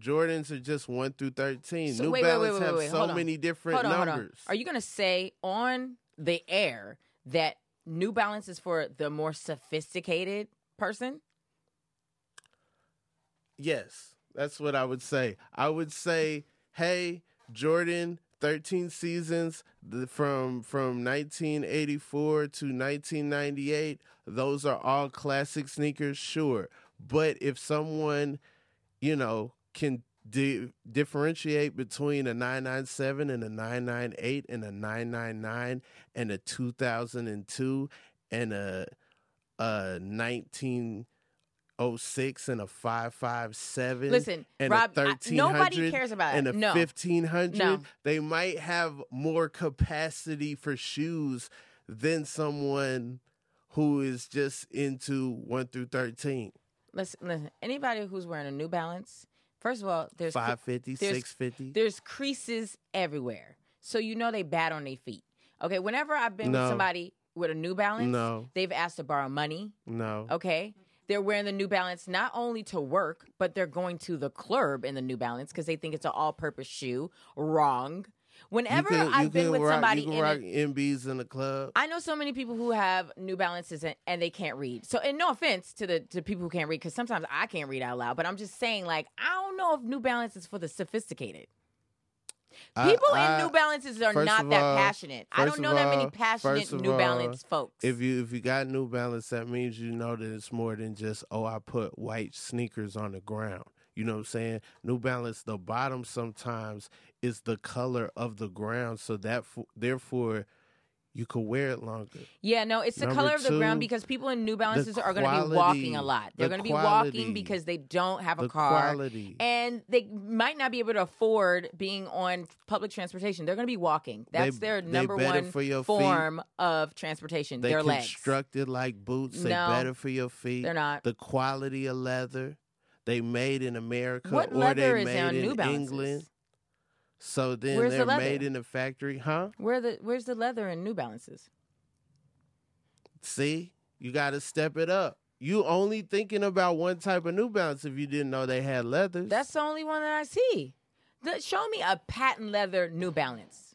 Speaker 1: Jordans are just one through thirteen.
Speaker 2: So-
Speaker 1: New
Speaker 2: wait, wait, wait,
Speaker 1: Balance
Speaker 2: wait,
Speaker 1: have
Speaker 2: wait,
Speaker 1: so
Speaker 2: hold on.
Speaker 1: many different
Speaker 2: Hold on, hold on.
Speaker 1: numbers.
Speaker 2: Are you gonna say on the air that New Balance is for the more sophisticated person?
Speaker 1: Yes, that's what I would say. I would say, hey, Jordan, 13 seasons the, from from 1984 to 1998. Those are all classic sneakers, sure. But if someone, you know, can di- differentiate between a 997 and a 998 and a 999 and a 2002 and a a 1906 and a 557
Speaker 2: Listen,
Speaker 1: and
Speaker 2: Rob,
Speaker 1: a
Speaker 2: I-
Speaker 1: 1300
Speaker 2: nobody cares about
Speaker 1: and
Speaker 2: it.
Speaker 1: a
Speaker 2: No,
Speaker 1: 1500
Speaker 2: No.
Speaker 1: they might have more capacity for shoes than someone who is just into 1 through 13
Speaker 2: listen, listen. Anybody who's wearing a New Balance, first of all, there's
Speaker 1: 550
Speaker 2: there's-
Speaker 1: 650
Speaker 2: There's creases everywhere. So you know they bad on their feet. Okay, whenever I've been
Speaker 1: No.
Speaker 2: with somebody with a New Balance,
Speaker 1: No.
Speaker 2: they've asked to borrow money.
Speaker 1: no
Speaker 2: Okay. They're wearing the New Balance not only to work, but they're going to the club in the New Balance because they think it's an all purpose shoe. Wrong. Whenever I've been with
Speaker 1: rock,
Speaker 2: somebody
Speaker 1: you can
Speaker 2: in a-
Speaker 1: rock MBs in the club
Speaker 2: I know so many people who have New Balances and, and they can't read. So, and no offense to the to people who can't read, because sometimes I can't read out loud. But I'm just saying, like, I don't know if New Balance is for the sophisticated.
Speaker 1: I-
Speaker 2: People
Speaker 1: I-
Speaker 2: in New Balances are
Speaker 1: first
Speaker 2: not
Speaker 1: of
Speaker 2: that
Speaker 1: all-
Speaker 2: passionate. I
Speaker 1: first
Speaker 2: don't know
Speaker 1: of
Speaker 2: that
Speaker 1: all-
Speaker 2: many
Speaker 1: first
Speaker 2: passionate
Speaker 1: of
Speaker 2: New
Speaker 1: all,
Speaker 2: Balance folks.
Speaker 1: If you if you got New Balance, that means you know that it's more than just oh I put white sneakers on the ground. You know what I'm saying? New Balance, the bottom sometimes is the color of the ground, so that fo- therefore you could wear it longer.
Speaker 2: yeah, no, it's the
Speaker 1: Number
Speaker 2: color of the ground
Speaker 1: two,
Speaker 2: because people in New Balances are going to be
Speaker 1: quality-
Speaker 2: walking a lot. They're
Speaker 1: the
Speaker 2: going to be
Speaker 1: quality-
Speaker 2: walking because they don't have a
Speaker 1: The
Speaker 2: car.
Speaker 1: quality.
Speaker 2: and they might not be able to afford being on public transportation. They're going to be walking. That's
Speaker 1: They-
Speaker 2: their
Speaker 1: they
Speaker 2: number
Speaker 1: better
Speaker 2: one
Speaker 1: for your feet.
Speaker 2: form of transportation.
Speaker 1: they
Speaker 2: their legs.
Speaker 1: constructed like boots. They
Speaker 2: No,
Speaker 1: better for your feet.
Speaker 2: They're not.
Speaker 1: The quality of leather. They made in America
Speaker 2: What
Speaker 1: or they
Speaker 2: leather is
Speaker 1: made
Speaker 2: on
Speaker 1: in
Speaker 2: New Balances?
Speaker 1: England. So then
Speaker 2: Where's the
Speaker 1: they're
Speaker 2: leather?
Speaker 1: made in a factory, huh?
Speaker 2: Where the where's the leather in New Balances?
Speaker 1: See, you got to step it up. You only thinking about one type of New Balance if you didn't know they had leathers.
Speaker 2: That's the only one that I see. The- show me a patent leather New Balance.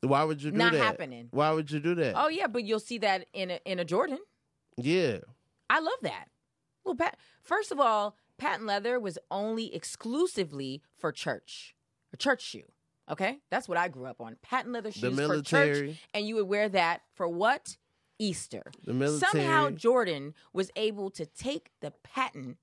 Speaker 1: why would you do
Speaker 2: not
Speaker 1: that?
Speaker 2: happening.
Speaker 1: Why would you do that?
Speaker 2: Oh yeah, but you'll see that in a, in a Jordan.
Speaker 1: yeah,
Speaker 2: I love that. Well, pat- first of all, patent leather was only exclusively for church, a church shoe. Okay, that's what I grew up on. Patent leather shoes for church,
Speaker 1: military.
Speaker 2: and you would wear that for what? Easter.
Speaker 1: the military.
Speaker 2: Somehow Jordan was able to take the patent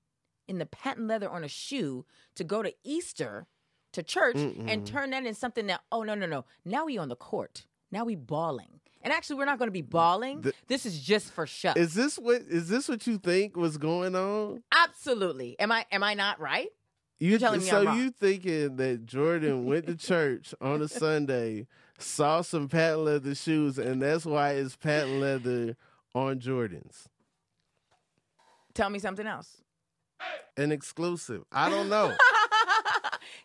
Speaker 2: in the patent leather on a shoe to go to Easter to church
Speaker 1: Mm-mm.
Speaker 2: and turn that into something that oh no no no now we on the court now we balling and actually we're not going to be balling
Speaker 1: The-
Speaker 2: this is just for show
Speaker 1: is this what is this what you think was going on?
Speaker 2: Absolutely. Am I am I not right?
Speaker 1: You
Speaker 2: You're telling me
Speaker 1: so
Speaker 2: I'm wrong.
Speaker 1: you thinking that Jordan went to church on a Sunday, saw some patent leather shoes, and that's why it's patent leather on Jordans.
Speaker 2: Tell me something else.
Speaker 1: An exclusive. I don't know.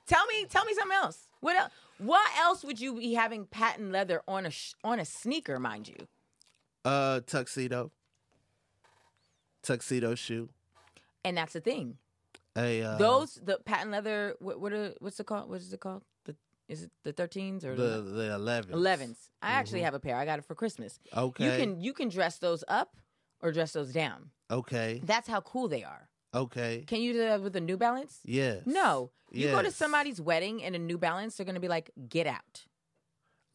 Speaker 2: tell me tell me something else. What else? What else would you be having patent leather on a sh- on a sneaker, mind you?
Speaker 1: Uh, tuxedo. Tuxedo shoe.
Speaker 2: And that's the thing.
Speaker 1: A uh,
Speaker 2: Those the patent leather. What what are, what's it called? What is it called? The Is it the 13s or
Speaker 1: The the 11th.
Speaker 2: 11s? I actually
Speaker 1: Mhm.
Speaker 2: have a pair. I got it for Christmas.
Speaker 1: Okay.
Speaker 2: You can you can dress those up or dress those down.
Speaker 1: okay.
Speaker 2: That's how cool they are.
Speaker 1: Okay.
Speaker 2: Can you do that with a New Balance?
Speaker 1: Yes.
Speaker 2: No. You go to
Speaker 1: Yes.
Speaker 2: somebody's wedding in a New Balance, they're going to be like, "Get out."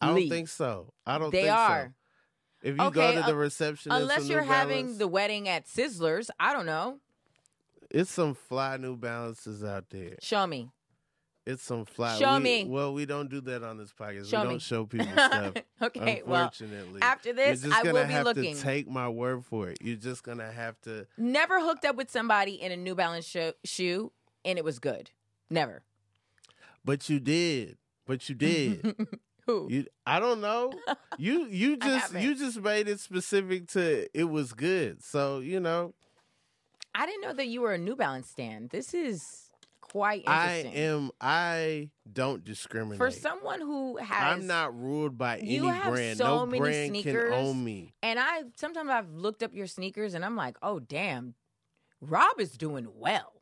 Speaker 1: I don't
Speaker 2: Leave.
Speaker 1: think so. I don't
Speaker 2: They
Speaker 1: think
Speaker 2: are.
Speaker 1: so. If you
Speaker 2: Okay,
Speaker 1: go to the
Speaker 2: uh,
Speaker 1: reception, it's a
Speaker 2: Unless
Speaker 1: New
Speaker 2: you're having
Speaker 1: Balance.
Speaker 2: the wedding at Sizzlers, I don't know.
Speaker 1: It's some fly New Balances out there.
Speaker 2: Show me.
Speaker 1: It's some fly.
Speaker 2: Show
Speaker 1: we-
Speaker 2: me.
Speaker 1: Well, we don't do that on this podcast.
Speaker 2: Show
Speaker 1: we don't
Speaker 2: me.
Speaker 1: show people stuff.
Speaker 2: okay, well,
Speaker 1: unfortunately,
Speaker 2: after this,
Speaker 1: you're just
Speaker 2: I
Speaker 1: gonna
Speaker 2: will be
Speaker 1: have
Speaker 2: looking.
Speaker 1: to take my word for it. You're just gonna have to.
Speaker 2: Never hooked up with somebody in a New Balance sho- shoe and it was good. Never.
Speaker 1: But you did. But you did.
Speaker 2: Who?
Speaker 1: you. I don't know. You. You
Speaker 2: I
Speaker 1: just.
Speaker 2: haven't.
Speaker 1: You just made it specific to it was good. So you know.
Speaker 2: I didn't know that you were a New Balance stan. This is quite
Speaker 1: I
Speaker 2: interesting.
Speaker 1: am. I don't discriminate.
Speaker 2: For someone who has
Speaker 1: I'm not ruled by any
Speaker 2: You have
Speaker 1: brand.
Speaker 2: so
Speaker 1: no
Speaker 2: many
Speaker 1: brand
Speaker 2: sneakers.
Speaker 1: can own me.
Speaker 2: and I sometimes I've looked up your sneakers and I'm like, "Oh damn. Rob is doing well."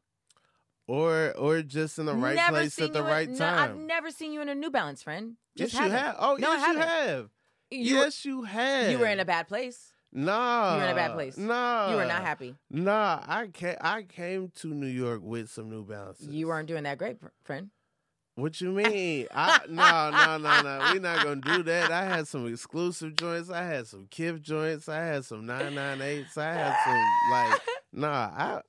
Speaker 1: Or or just in the right
Speaker 2: Never
Speaker 1: place
Speaker 2: seen
Speaker 1: at the
Speaker 2: you in-
Speaker 1: right
Speaker 2: no,
Speaker 1: time.
Speaker 2: I've never seen you in a New Balance, friend.
Speaker 1: yes,
Speaker 2: Just
Speaker 1: you
Speaker 2: haven't.
Speaker 1: have. Oh,
Speaker 2: No, I
Speaker 1: yes, you
Speaker 2: haven't.
Speaker 1: have.
Speaker 2: You were-
Speaker 1: yes, you have. Uh,
Speaker 2: You were in a bad place.
Speaker 1: Nah.
Speaker 2: were in a bad place. You
Speaker 1: Nah.
Speaker 2: you were not happy.
Speaker 1: Nah, I came. I came to New York with some New Balances.
Speaker 2: You weren't doing that great, fr- friend.
Speaker 1: What you mean? I, no, no, no, no. We're not gonna do that. I had some exclusive joints. I had some Kif joints. I had some nine nine eights. I had some like. Nah, I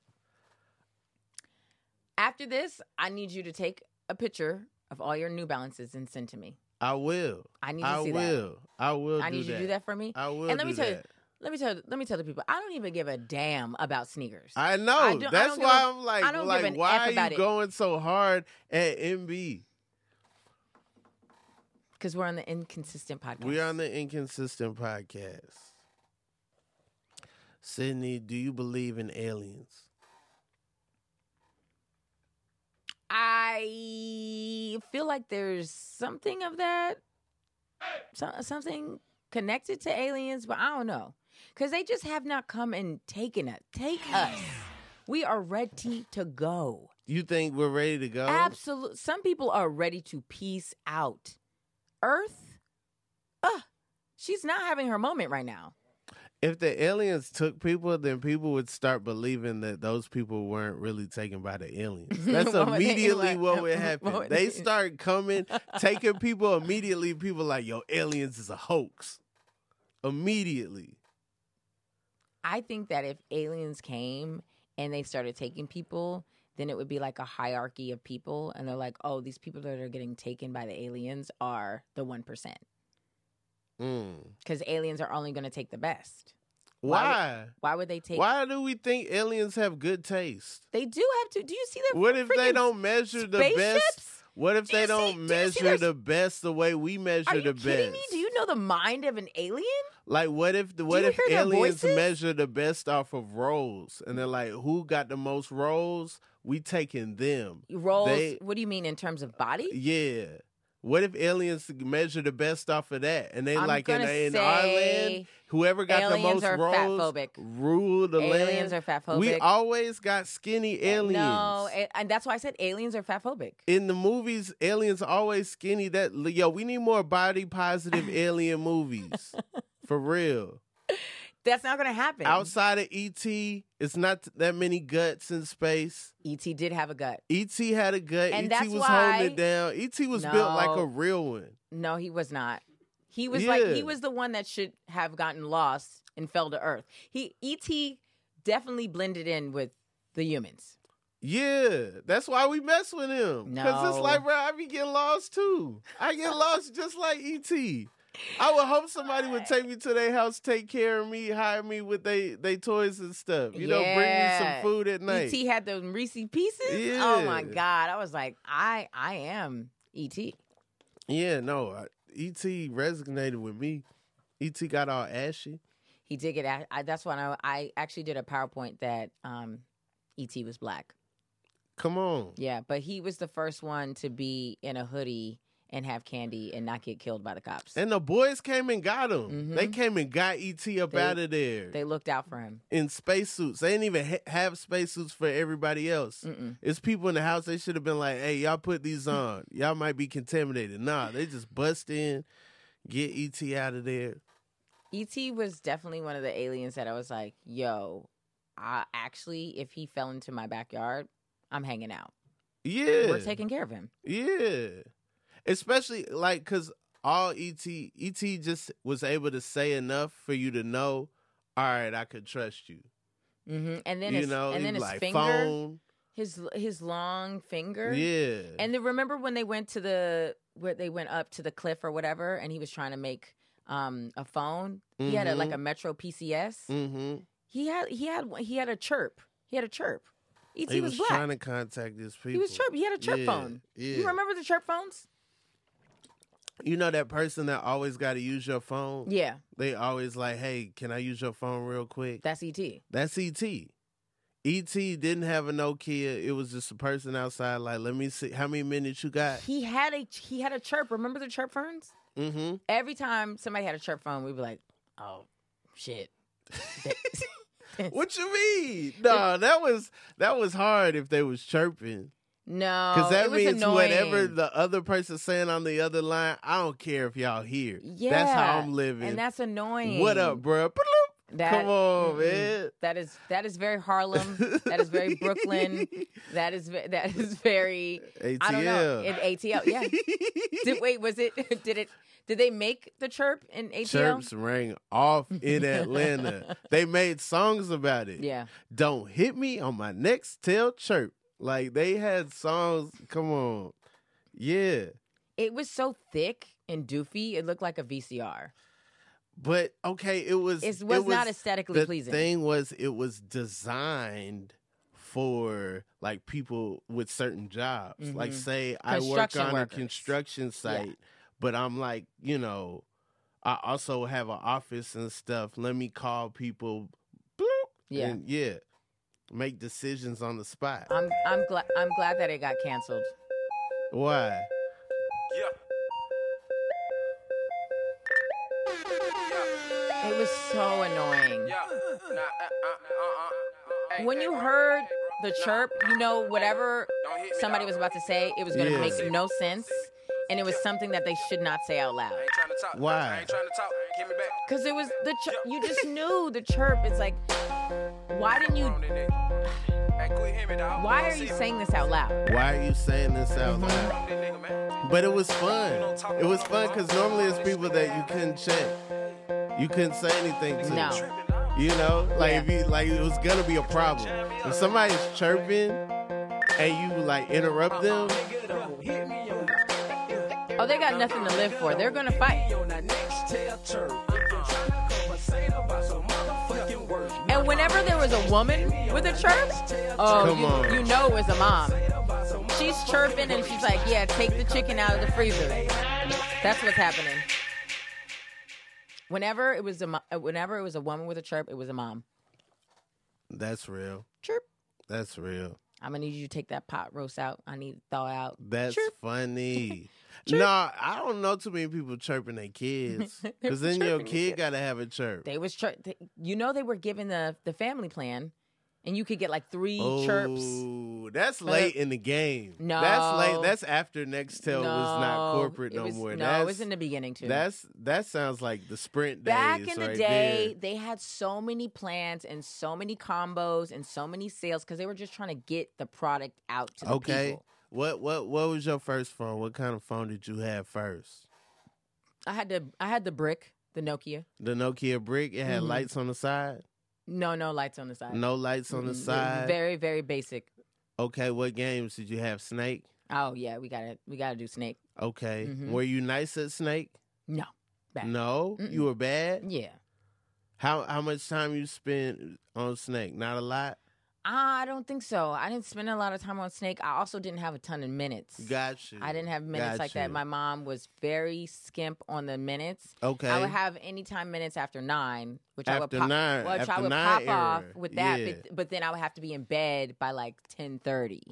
Speaker 2: After this, I need you to take a picture of all your New Balances and send to me.
Speaker 1: I will.
Speaker 2: I need to
Speaker 1: I
Speaker 2: see that.
Speaker 1: will. I will.
Speaker 2: I need
Speaker 1: do
Speaker 2: you
Speaker 1: that.
Speaker 2: to do that for me.
Speaker 1: I will.
Speaker 2: And let me
Speaker 1: do
Speaker 2: tell you-
Speaker 1: that.
Speaker 2: Let me tell let me tell the people. I don't even give a damn about sneakers.
Speaker 1: I know.
Speaker 2: I don't- I
Speaker 1: That's
Speaker 2: don't give
Speaker 1: why
Speaker 2: a-
Speaker 1: i I'm like,
Speaker 2: I don't give
Speaker 1: like,
Speaker 2: an
Speaker 1: why
Speaker 2: F
Speaker 1: are
Speaker 2: about
Speaker 1: you
Speaker 2: it.
Speaker 1: going so hard at MB?
Speaker 2: because we're on the inconsistent podcast.
Speaker 1: We are on the inconsistent podcast. Sydney, do you believe in aliens?
Speaker 2: I feel like there's something of that, so, something connected to aliens, but I don't know because they just have not come and taken us. Take us. We are ready to go.
Speaker 1: You think we're ready to go?
Speaker 2: Absolute. Some people are ready to peace out. Earth, uh, she's not having her moment right now.
Speaker 1: If the aliens took people, then people would start believing that those people weren't really taken by the aliens. That's
Speaker 2: What would they-
Speaker 1: immediately
Speaker 2: what-
Speaker 1: what would
Speaker 2: what
Speaker 1: happen.
Speaker 2: would
Speaker 1: they
Speaker 2: they-
Speaker 1: start coming, taking people immediately. People like, yo, aliens is a hoax. Immediately.
Speaker 2: I think that if aliens came and they started taking people, then it would be like a hierarchy of people, and they're like, oh, these people that are getting taken by the aliens are the one percent
Speaker 1: Mm.
Speaker 2: because aliens are only going to take the best. Why would-
Speaker 1: Why?
Speaker 2: Why would they take?
Speaker 1: Why do we think aliens have good taste?
Speaker 2: They do have to. Do you see their
Speaker 1: What if they
Speaker 2: freaking
Speaker 1: don't measure the best?
Speaker 2: spaceships?
Speaker 1: What if
Speaker 2: Do you
Speaker 1: they
Speaker 2: see-
Speaker 1: don't
Speaker 2: do you see
Speaker 1: measure
Speaker 2: there's-
Speaker 1: the best the way we measure
Speaker 2: Are you
Speaker 1: the best?
Speaker 2: kidding me? Do you know the mind of an alien?
Speaker 1: like what if the what
Speaker 2: you
Speaker 1: if
Speaker 2: hear their
Speaker 1: aliens
Speaker 2: voices?
Speaker 1: measure the best off of roles and they're like who got the most roles? We taking them.
Speaker 2: Roles.
Speaker 1: They-
Speaker 2: what do you mean in terms of body?
Speaker 1: Yeah. What if aliens measure the best off of that? And they
Speaker 2: I'm
Speaker 1: like in,
Speaker 2: gonna
Speaker 1: in our land,
Speaker 2: say
Speaker 1: whoever got the
Speaker 2: aliens
Speaker 1: most
Speaker 2: are
Speaker 1: roles
Speaker 2: fatphobic.
Speaker 1: rule the land.
Speaker 2: aliens are fatphobic.
Speaker 1: We always got skinny aliens.
Speaker 2: No, a- and that's why I said aliens are fatphobic.
Speaker 1: in the movies, aliens always skinny. That yo, we need more body positive alien movies, for real.
Speaker 2: That's not going to happen.
Speaker 1: Outside of ET, it's not that many guts in space.
Speaker 2: ET E did have a gut.
Speaker 1: ET had a gut.
Speaker 2: And
Speaker 1: ET
Speaker 2: that's
Speaker 1: was
Speaker 2: why-
Speaker 1: holding it down. ET was built like
Speaker 2: No.
Speaker 1: a real one.
Speaker 2: No, he was not. He was like he
Speaker 1: Yeah.
Speaker 2: was the one that should have gotten lost and fell to earth. He ET definitely blended in with the humans.
Speaker 1: Yeah, that's why we mess with him. Cause it's
Speaker 2: No.
Speaker 1: like, bro, I be getting lost too. I get lost just like ET. I would hope somebody would take me to their house, take care of me, hire me with they they toys and stuff. You know, bring me some
Speaker 2: Yeah.
Speaker 1: food at night.
Speaker 2: ET E had the Reese pieces. Oh my
Speaker 1: Yeah.
Speaker 2: god! I was like, I I am E ET.
Speaker 1: Yeah, no, I- ET resonated with me. ET got all ashy.
Speaker 2: He did get. a- I, that's when I I actually did a PowerPoint that um ET was black.
Speaker 1: Come on.
Speaker 2: Yeah, but he was the first one to be in a hoodie and have candy and not get killed by the cops.
Speaker 1: And the boys came and got him. They
Speaker 2: Mhm.
Speaker 1: came and got ET up
Speaker 2: They-
Speaker 1: out of there
Speaker 2: they looked out for him.
Speaker 1: in spacesuits. They didn't even ha- have spacesuits for everybody else.
Speaker 2: Mm-mm.
Speaker 1: It's people in the house. They should have been like, "Hey, y'all put these
Speaker 2: Mm.
Speaker 1: on. y'all might be contaminated." Nah, they just bust in, get ET out of there.
Speaker 2: ET E was definitely one of the aliens that I was like, yo, I actually, if he fell into my backyard, I'm hanging out.
Speaker 1: Yeah,
Speaker 2: We're taking care of him.
Speaker 1: yeah. Especially like because all E ET ET just was able to say enough for you to know. All right, I could trust you.
Speaker 2: hmm And then
Speaker 1: you
Speaker 2: his,
Speaker 1: know,
Speaker 2: and
Speaker 1: he
Speaker 2: then his
Speaker 1: like
Speaker 2: finger,
Speaker 1: phone.
Speaker 2: his his long finger.
Speaker 1: Yeah,
Speaker 2: And then remember when they went to the where they went up to the cliff or whatever, and he was trying to make um a phone. He had a, like a Metro PCS.
Speaker 1: Mm-hmm.
Speaker 2: He had he had he had a chirp. He had a chirp. ET
Speaker 1: He
Speaker 2: was,
Speaker 1: was
Speaker 2: black.
Speaker 1: trying to contact his people.
Speaker 2: he was chirp. He had a chirp
Speaker 1: Yeah,
Speaker 2: phone.
Speaker 1: Yeah.
Speaker 2: You remember the chirp phones?
Speaker 1: You know that person that always got to use your phone?
Speaker 2: Yeah,
Speaker 1: They always like, hey, can I use your phone real quick?
Speaker 2: that's E ET.
Speaker 1: That's E ET. ET didn't have a Nokia. It was just a person outside, like, let me see how many minutes you got.
Speaker 2: He had a he had a chirp. Remember the chirp phones?
Speaker 1: Mm-hmm.
Speaker 2: Every time somebody had a chirp phone, we'd be like, "Oh shit."
Speaker 1: What you mean? No, that was that was hard if they was chirping.
Speaker 2: no,
Speaker 1: Because that
Speaker 2: Oh, it was
Speaker 1: means
Speaker 2: annoying.
Speaker 1: whatever the other person saying on the other line, I don't care if y'all here. That's
Speaker 2: Yeah,
Speaker 1: how I'm living.
Speaker 2: and that's annoying.
Speaker 1: what up, bruh?
Speaker 2: That-
Speaker 1: Come on,
Speaker 2: mm-mm.
Speaker 1: man.
Speaker 2: That is that is very Harlem. Mm-hmm. that is very Brooklyn. That is ve- that is very
Speaker 1: ATL.
Speaker 2: I don't know in ATL. Yeah. Did, wait, was it? Did it? Did they make the chirp in ATL?
Speaker 1: Chirps rang off in Atlanta. they made songs about it.
Speaker 2: Yeah.
Speaker 1: Don't hit me on my next tail chirp. Like they had songs. Come on. Yeah.
Speaker 2: It was so thick and doofy. It looked like a VCR.
Speaker 1: But okay, it was
Speaker 2: It was, not aesthetically
Speaker 1: the
Speaker 2: pleasing.
Speaker 1: thing was it was designed for like people with certain jobs. Like
Speaker 2: Mhm.
Speaker 1: say I work
Speaker 2: Construction
Speaker 1: on
Speaker 2: workers.
Speaker 1: a construction site, but I'm like, you know, I also have an office and stuff. Let me call people bloop
Speaker 2: Yeah.
Speaker 1: and yeah. Make decisions on the spot.
Speaker 2: I'm I'm glad I'm glad that it got canceled.
Speaker 1: Why?
Speaker 2: It was so annoying.
Speaker 4: uh,
Speaker 2: When you heard the chirp, you know whatever somebody was about to say, it was going to
Speaker 1: Yeah.
Speaker 2: make no sense, and it was something that they should not say out loud.
Speaker 1: Why?
Speaker 4: I ain't trying to talk. Give me back.
Speaker 2: Cause it was the chir- you just knew the chirp. It's like, why didn't you?
Speaker 4: Wrong in it. Hey, quit hearing me, dawg.
Speaker 2: Why
Speaker 4: Don't
Speaker 2: are you
Speaker 4: see me.
Speaker 2: saying this out loud?
Speaker 1: Why are you saying this out loud?
Speaker 4: Wrong in it, nigga, man.
Speaker 1: But it was fun. It was fun because normally it's people that you couldn't check. You couldn't say anything to.
Speaker 2: No.
Speaker 4: Tripping, dawg.
Speaker 1: You know, like
Speaker 2: Yeah.
Speaker 1: if you like, it was gonna be a problem. If somebody's chirping and you like interrupt
Speaker 2: Uh-uh.
Speaker 1: them,
Speaker 2: Oh, they got nothing to live for. They're gonna fight.
Speaker 4: Uh-uh.
Speaker 2: And whenever there was a woman with a chirp,
Speaker 1: Come
Speaker 2: oh,
Speaker 1: on.
Speaker 2: you, you know it was a mom. She's chirping and she's like, yeah, take the chicken out of the freezer. That's what's happening. Whenever it was a mo- uh, whenever it was a woman with a chirp, it was a mom.
Speaker 1: that's real.
Speaker 2: Chirp.
Speaker 1: That's real.
Speaker 2: I'm gonna need you to take that pot roast out. I need to thaw out.
Speaker 1: That's
Speaker 2: Chirp.
Speaker 1: funny.
Speaker 2: Chirp.
Speaker 1: No, I don't know too many people chirping their kids. Because then your kid gotta have a chirp.
Speaker 2: They was chir- th- you know they were given the the family plan, and you could get like three chirps.
Speaker 1: Oh, that's late in the game.
Speaker 2: No.
Speaker 1: that's late. That's after Nextel was not corporate
Speaker 2: it
Speaker 1: no
Speaker 2: was-
Speaker 1: more.
Speaker 2: No,
Speaker 1: that's,
Speaker 2: it was in the beginning too.
Speaker 1: That's that sounds like the sprint days
Speaker 2: back in the
Speaker 1: right
Speaker 2: day. They had so many plans and so many combos and so many sales because they were just trying to get the product out to
Speaker 1: there.
Speaker 2: the
Speaker 1: Okay.
Speaker 2: people.
Speaker 1: What what what was your first phone? What kind of phone did you have first?
Speaker 2: I had the I had the brick, the Nokia.
Speaker 1: The Nokia brick. It had
Speaker 2: Mhm.
Speaker 1: lights on the side.
Speaker 2: No, no lights on the side.
Speaker 1: No lights on
Speaker 2: Mm-mm, it
Speaker 1: the
Speaker 2: was
Speaker 1: side.
Speaker 2: Very, very basic.
Speaker 1: okay. What games did you have? Snake.
Speaker 2: Oh yeah, we gotta we gotta do Snake.
Speaker 1: Okay.
Speaker 2: Mhm.
Speaker 1: Were you nice at Snake?
Speaker 2: No, bad.
Speaker 1: No, you
Speaker 2: Mm-mm.
Speaker 1: were bad.
Speaker 2: Yeah.
Speaker 1: How how much time you spent on Snake? Not a lot.
Speaker 2: I don't think so. I didn't spend a lot of time on Snake. I also didn't have a ton of minutes.
Speaker 1: Got you.
Speaker 2: I didn't have minutes
Speaker 1: Got
Speaker 2: like
Speaker 1: you.
Speaker 2: that. My mom was very skimp on the minutes.
Speaker 1: Okay.
Speaker 2: I would have any time minutes after nine, which I would
Speaker 1: After
Speaker 2: pop,
Speaker 1: nine-
Speaker 2: which I
Speaker 1: after
Speaker 2: would
Speaker 1: nine
Speaker 2: pop off
Speaker 1: era.
Speaker 2: with that.
Speaker 1: Yeah.
Speaker 2: But, but then I would have to be in bed by like ten thirty.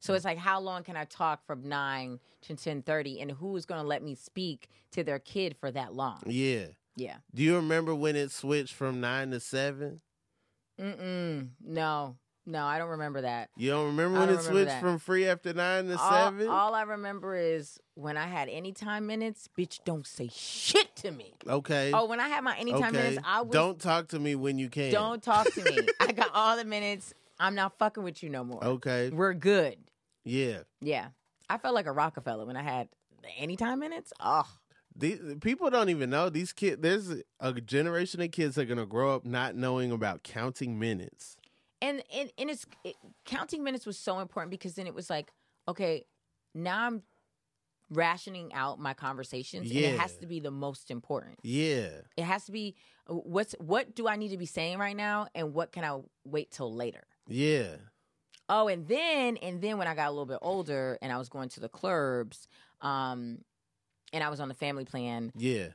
Speaker 2: So it's like, how long can I talk from nine to ten thirty, and who's going to let me speak to their kid for that long?
Speaker 1: Yeah.
Speaker 2: Yeah.
Speaker 1: Do you remember when it switched from nine to seven?
Speaker 2: Mm-mm. No, no, I don't remember that.
Speaker 1: You don't remember
Speaker 2: I
Speaker 1: when
Speaker 2: don't
Speaker 1: it
Speaker 2: remember
Speaker 1: switched
Speaker 2: that.
Speaker 1: from free after nine to
Speaker 2: all,
Speaker 1: seven?
Speaker 2: all I remember is when I had anytime minutes, bitch, don't say shit to me.
Speaker 1: okay.
Speaker 2: Oh, when I had my anytime
Speaker 1: okay.
Speaker 2: minutes, I was
Speaker 1: don't talk to me when you can.
Speaker 2: don't talk to me. I got all the minutes. I'm not fucking with you no more.
Speaker 1: Okay.
Speaker 2: We're good.
Speaker 1: Yeah.
Speaker 2: Yeah. I felt like a Rockefeller when I had the anytime minutes. Oh,
Speaker 1: These, people don't even know these kids. There's a generation of kids that are gonna grow up not knowing about counting minutes.
Speaker 2: and and and it's it, counting minutes was so important because then it was like, okay, now I'm rationing out my conversations, and
Speaker 1: Yeah.
Speaker 2: it has to be the most important.
Speaker 1: Yeah,
Speaker 2: It has to be uh, what's what do I need to be saying right now, and what can I wait till later.
Speaker 1: yeah,
Speaker 2: Oh, and then and then when I got a little bit older and I was going to the clubs, um, and I was on the family plan,
Speaker 1: yeah.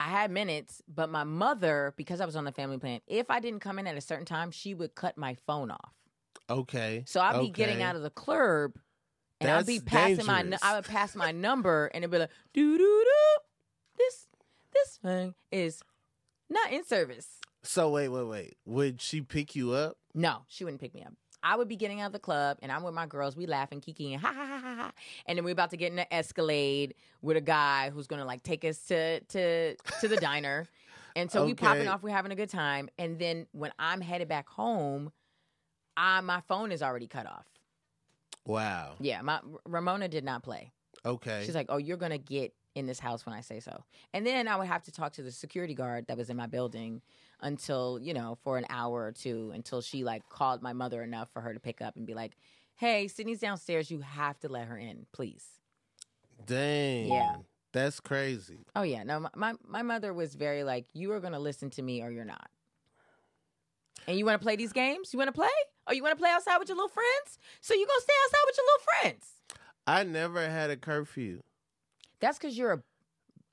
Speaker 2: I had minutes, but my mother, because I was on the family plan, if I didn't come in at a certain time, she would cut my phone off.
Speaker 1: Okay.
Speaker 2: So I'd be getting out of the club and I'd be
Speaker 1: That's
Speaker 2: passing my nu-
Speaker 1: dangerous.
Speaker 2: I would pass my number and it'd be like doo doo doo this this thing is not in service.
Speaker 1: So wait, wait, wait. Would she pick you up?
Speaker 2: No, she wouldn't pick me up. I would be getting out of the club, and I'm with my girls. We laughing, kikiing, ha ha ha ha ha, and then we're about to get in an Escalade with a guy who's gonna like take us to to to the diner, and so we popping
Speaker 1: Okay.
Speaker 2: off, we're having a good time, and then when I'm headed back home, I my phone is already cut off.
Speaker 1: Wow.
Speaker 2: Yeah, my Ramona did not play.
Speaker 1: Okay.
Speaker 2: She's like, "Oh, you're gonna get in this house when I say so." And then I would have to talk to the security guard that was in my building until you know for an hour or two until she like called my mother enough for her to pick up and be like, "Hey, Sydney's downstairs. You have to let her in, please."
Speaker 1: Dang.
Speaker 2: Yeah.
Speaker 1: That's crazy.
Speaker 2: Oh yeah, no, my my, my mother was very like, "You are gonna listen to me or you're not." And you want to play these games? You want to play? Or you want to play outside with your little friends? So you gonna stay outside with your little friends?
Speaker 1: I never had a curfew.
Speaker 2: That's because you're a,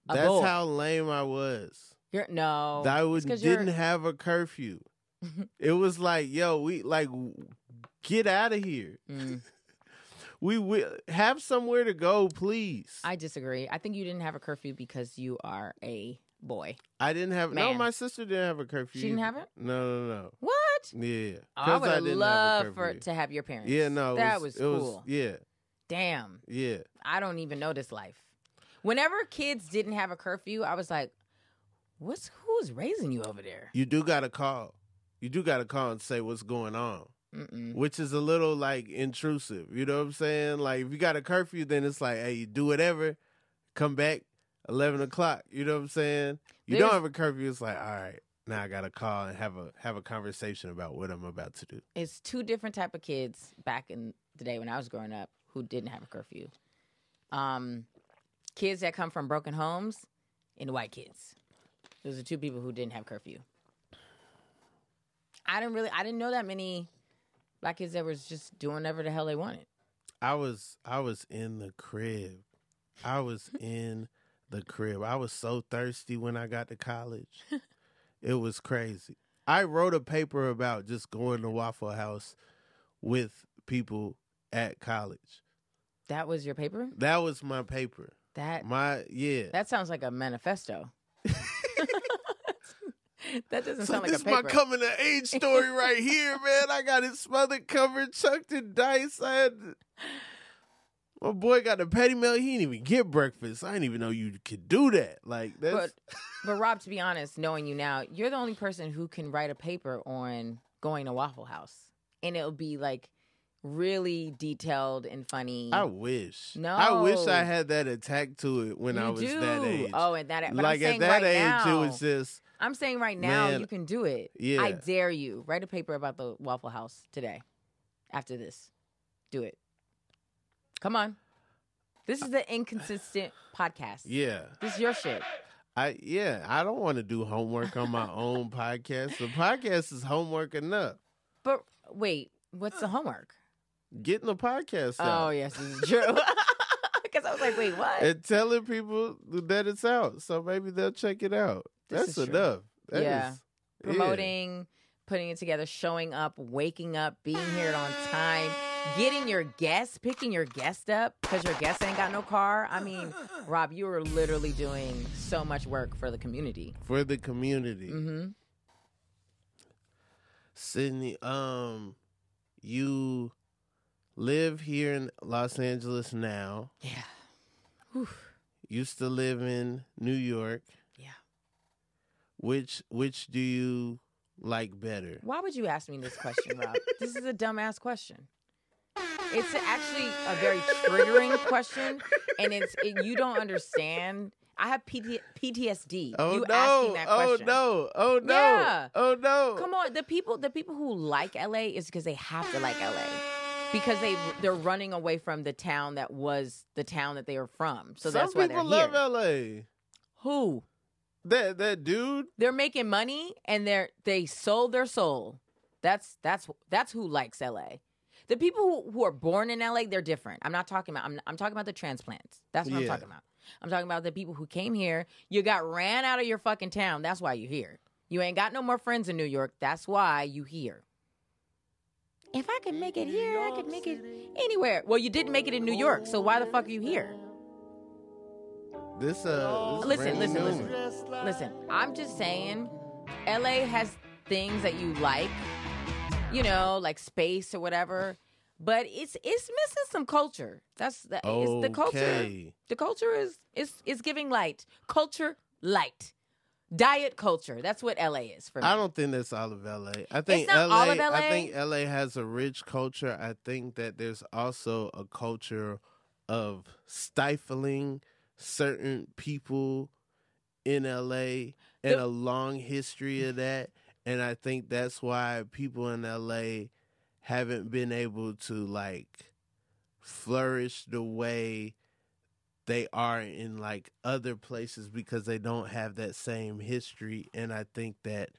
Speaker 2: a
Speaker 1: That's
Speaker 2: bull.
Speaker 1: how lame I was.
Speaker 2: you're no.
Speaker 1: I
Speaker 2: it's
Speaker 1: would,
Speaker 2: 'cause you're-
Speaker 1: didn't have a curfew. it was like, yo, we like w- get out of here.
Speaker 2: Mm.
Speaker 1: We will have somewhere to go, please. I,
Speaker 2: I disagree. I think you didn't have a curfew because you are a boy.
Speaker 1: didn't have no.
Speaker 2: Man.
Speaker 1: My sister didn't have a curfew.
Speaker 2: She didn't
Speaker 1: either.
Speaker 2: have it?
Speaker 1: No, no, no.
Speaker 2: What?
Speaker 1: Yeah,
Speaker 2: Oh, I
Speaker 1: 'Cause
Speaker 2: would have
Speaker 1: didn't
Speaker 2: loved
Speaker 1: have a
Speaker 2: for
Speaker 1: curfew.
Speaker 2: to have your parents.
Speaker 1: Yeah, no, it
Speaker 2: that
Speaker 1: was,
Speaker 2: was,
Speaker 1: it
Speaker 2: cool.
Speaker 1: yeah,
Speaker 2: Damn,
Speaker 1: yeah.
Speaker 2: I don't even know this life. Whenever kids didn't have a curfew, I was like, "What's who's raising you over there?"
Speaker 1: You do got to call. You do got to call and say what's going on,
Speaker 2: Mm-mm.
Speaker 1: which is a little like intrusive. You know what I'm saying? Like if you got a curfew, then it's like, hey, you do whatever, come back eleven o'clock. You know what I'm saying? You don't
Speaker 2: There's-
Speaker 1: have a curfew. It's like, all right, now I got to call and have a have a conversation about what I'm about to do.
Speaker 2: It's two different type of kids back in the day when I was growing up who didn't have a curfew. Um, kids that come from broken homes and white kids. Those are two people who didn't have curfew. I didn't really, I didn't know that many black kids that was just doing whatever the hell they wanted.
Speaker 1: I was I was in the crib. I was in the crib. I was so thirsty when I got to college. It was crazy. I wrote a paper about just going to Waffle House with people at college.
Speaker 2: That was your paper.
Speaker 1: That was my paper.
Speaker 2: That
Speaker 1: My yeah.
Speaker 2: that sounds like a manifesto. that doesn't
Speaker 1: so
Speaker 2: sound like
Speaker 1: this
Speaker 2: a
Speaker 1: my
Speaker 2: paper.
Speaker 1: coming to age story right here, man. I got it smothered, covered, chucked in dice. I had my boy got a patty melt. He didn't even get breakfast. I didn't even know you could do that. Like that's
Speaker 2: But but Rob, to be honest, knowing you now, you're the only person who can write a paper on going to Waffle House, and it'll be like really detailed and funny.
Speaker 1: I wish. I wish I
Speaker 2: No.
Speaker 1: had that attack to it when
Speaker 2: you
Speaker 1: I was
Speaker 2: do.
Speaker 1: that age.
Speaker 2: Oh, and that. But
Speaker 1: like
Speaker 2: I'm saying
Speaker 1: at that
Speaker 2: right
Speaker 1: age,
Speaker 2: now,
Speaker 1: it was just
Speaker 2: I'm saying right now
Speaker 1: Man,
Speaker 2: you can do it.
Speaker 1: yeah.
Speaker 2: I dare you. Write a paper about the Waffle House today. After this, do it. Come on. This is the inconsistent podcast.
Speaker 1: yeah.
Speaker 2: This is your shit.
Speaker 1: I yeah. I don't want to do homework on my own podcast. The podcast is homework enough.
Speaker 2: But wait, what's the homework?
Speaker 1: Getting the podcast
Speaker 2: Oh
Speaker 1: out
Speaker 2: yes, this is true. Because I was like, wait, what?
Speaker 1: and telling people that it's out, so maybe they'll check it out.
Speaker 2: This
Speaker 1: That's
Speaker 2: is true.
Speaker 1: enough. That
Speaker 2: Yeah.
Speaker 1: is- yeah.
Speaker 2: Promoting putting it together, showing up, waking up, being here on time, getting your guest, picking your guest up because your guest ain't got no car. I mean, Rob, you are literally doing so much work for the community.
Speaker 1: for the community.
Speaker 2: hmm
Speaker 1: Sydney, um, you live here in Los Angeles now.
Speaker 2: Yeah.
Speaker 1: Used to live in New York.
Speaker 2: Yeah.
Speaker 1: Which which do you like better?
Speaker 2: Why would you ask me this question, Rob? this is a dumbass question. It's actually a very triggering question, and it's it, you don't understand. I have PT, PTSD.
Speaker 1: Oh
Speaker 2: you asking
Speaker 1: no!
Speaker 2: that
Speaker 1: Oh
Speaker 2: question.
Speaker 1: no! Oh no!
Speaker 2: Yeah.
Speaker 1: Oh no!
Speaker 2: Come on, the people the people who like LA is because they have to like LA. Because they they're running away from the town that was the town that they are from. So
Speaker 1: Some
Speaker 2: that's why they're
Speaker 1: people
Speaker 2: here.
Speaker 1: love L.A.
Speaker 2: Who?
Speaker 1: That that dude.
Speaker 2: They're making money and they're they sold their soul. That's that's that's who likes LA. The people who, who are born in LA, they're different. I'm not talking about I'm, I'm talking about the transplants. That's what I'm
Speaker 1: Yeah.
Speaker 2: talking about. I'm talking about the people who came here. You got ran out of your fucking town. That's why you're here. You ain't got no more friends in New York. That's why you here. If I could make it here, I could make it anywhere. Well, you didn't make it in New York, so why the fuck are you here?
Speaker 1: This uh. This
Speaker 2: Listen,
Speaker 1: Randy
Speaker 2: listen,
Speaker 1: Newman.
Speaker 2: listen. Listen, I'm just saying, LA has things that you like, you know, like space or whatever, but it's it's missing some culture. That's the, it's the culture.
Speaker 1: Okay.
Speaker 2: The culture is is is giving light. Culture light. Diet culture. That's what LA is for me.
Speaker 1: I don't think that's all of LA. I think
Speaker 2: not
Speaker 1: LA,
Speaker 2: all of
Speaker 1: I
Speaker 2: LA.
Speaker 1: think LA has a rich culture. I think that there's also a culture of stifling certain people in LA and
Speaker 2: The-
Speaker 1: a long history of that. And I think that's why people in LA haven't been able to like flourish the way they are in like other places because they don't have that same history and i think that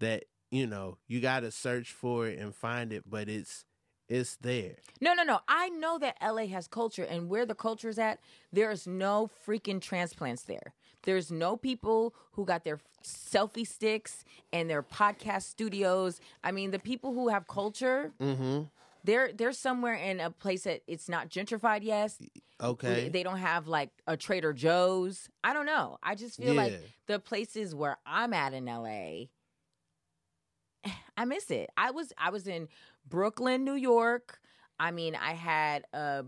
Speaker 1: that you know you got to search for it and find it but it's it's there
Speaker 2: No, no, no. I know that LA has culture and where the culture is at, there is no freaking transplants there. There's no people who got their selfie sticks and their podcast studios. I mean, the people who have culture,
Speaker 1: mm-hmm
Speaker 2: they're they're somewhere in a place that it's not gentrified yes. where
Speaker 1: okay
Speaker 2: They, they don't have like a Trader Joe's. I don't know. I just feel like
Speaker 1: Yeah.
Speaker 2: the places where I'm at in LA, I miss it. I was I was in Brooklyn, New York. I mean, I had a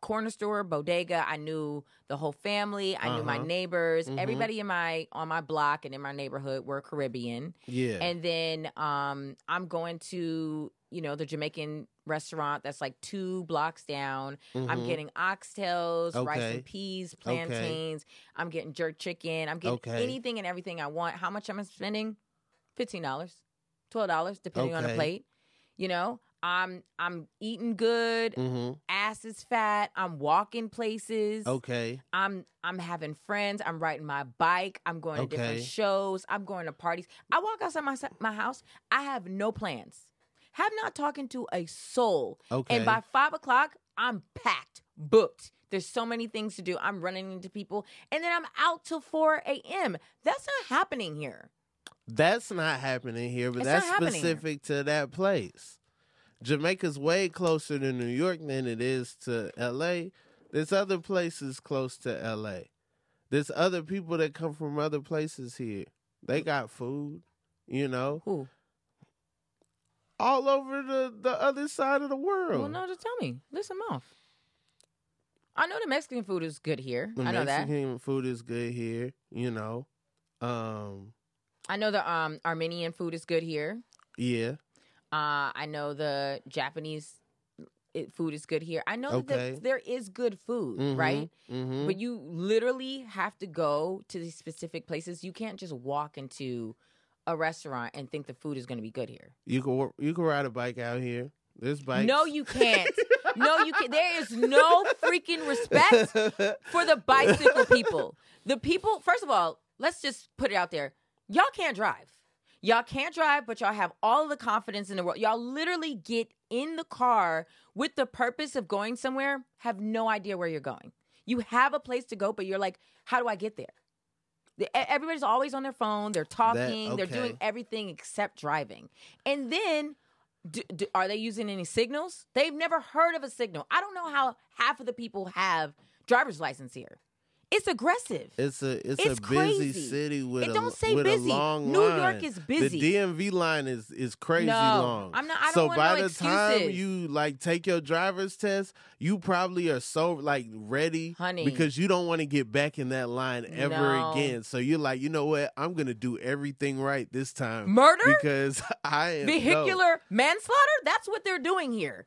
Speaker 2: corner store, bodega. I knew the whole family. I knew my
Speaker 1: Uh-huh.
Speaker 2: neighbors.
Speaker 1: Mhm.
Speaker 2: Everybody in my on my block and in my neighborhood were Caribbean.
Speaker 1: yeah
Speaker 2: And then um, I'm going to, you know, the Jamaican restaurant that's like two blocks down. I'm
Speaker 1: mhm.
Speaker 2: getting oxtails, rice
Speaker 1: Okay.
Speaker 2: and peas, plantains. I'm getting jerk chicken. I'm getting
Speaker 1: Okay.
Speaker 2: anything and everything I want. How much am I spending? Fifteen dollars, twelve dollars, depending on the
Speaker 1: Okay.
Speaker 2: plate. You know, I'm I'm eating good.
Speaker 1: Mhm.
Speaker 2: Ass is fat. I'm walking places.
Speaker 1: okay
Speaker 2: I'm I'm having friends. I'm riding my bike. I'm going to different
Speaker 1: Okay.
Speaker 2: shows. I'm going to parties. I walk outside my s- my house. I have no plans. Have not talking to a soul.
Speaker 1: okay
Speaker 2: And by five o'clock, I'm packed, booked. There's so many things to do. I'm running into people, and then I'm out till four a.m. That's not happening here.
Speaker 1: that's not happening here but
Speaker 2: It's not
Speaker 1: that's
Speaker 2: happening here.
Speaker 1: specific to that place jamaica's way closer to new york than it is to la there's other places close to la there's other people that come from other places here they got food you know
Speaker 2: Who?
Speaker 1: all over the, the other side of the world.
Speaker 2: Well, no, just tell me. List them off. I know the Mexican food is good here.
Speaker 1: The
Speaker 2: I know that.
Speaker 1: Mexican food is good here, you know. Um,
Speaker 2: I know the um, Armenian food is good here.
Speaker 1: yeah,
Speaker 2: Uh, I know the Japanese i- food is good here. I know
Speaker 1: Okay.
Speaker 2: that there is good food, right?
Speaker 1: Mm-hmm.
Speaker 2: But you literally have to go to these specific places. You can't just walk into a restaurant and think the food is going to be good here.
Speaker 1: you can wor- you can ride a bike out here. There's bikes.
Speaker 2: No, you can't. no, you can't. There is no freaking respect for the bicycle people. The people, first of all, let's just put it out there. Y'all can't drive. Y'all can't drive, but y'all have all the confidence in the world. Y'all literally get in the car with the purpose of going somewhere, have no idea where you're going. You have a place to go, but you're like, how do I get there? The- e- Everybody's always on their phone. They're talking. They're doing
Speaker 1: okay.
Speaker 2: everything except driving. And then, d d are they using any signals? They've never heard of a signal. I don't know how half of the people have driver's license here. It's aggressive.
Speaker 1: It's a it's,
Speaker 2: It's
Speaker 1: a busy
Speaker 2: crazy.
Speaker 1: city with
Speaker 2: It
Speaker 1: a,
Speaker 2: don't say
Speaker 1: with
Speaker 2: busy.
Speaker 1: a long
Speaker 2: New York
Speaker 1: line.
Speaker 2: is busy.
Speaker 1: The DMV line is is crazy
Speaker 2: No,
Speaker 1: long.
Speaker 2: I'm not- I don't
Speaker 1: so
Speaker 2: want
Speaker 1: by
Speaker 2: no
Speaker 1: the time
Speaker 2: excuses.
Speaker 1: you like take your driver's test, you probably are so like ready,
Speaker 2: Honey.
Speaker 1: because you don't want to get back in that line ever
Speaker 2: No.
Speaker 1: again. So you're like, you know what? I'm gonna do everything right this time.
Speaker 2: Murder?
Speaker 1: because I am no.
Speaker 2: vehicular manslaughter that's what they're doing here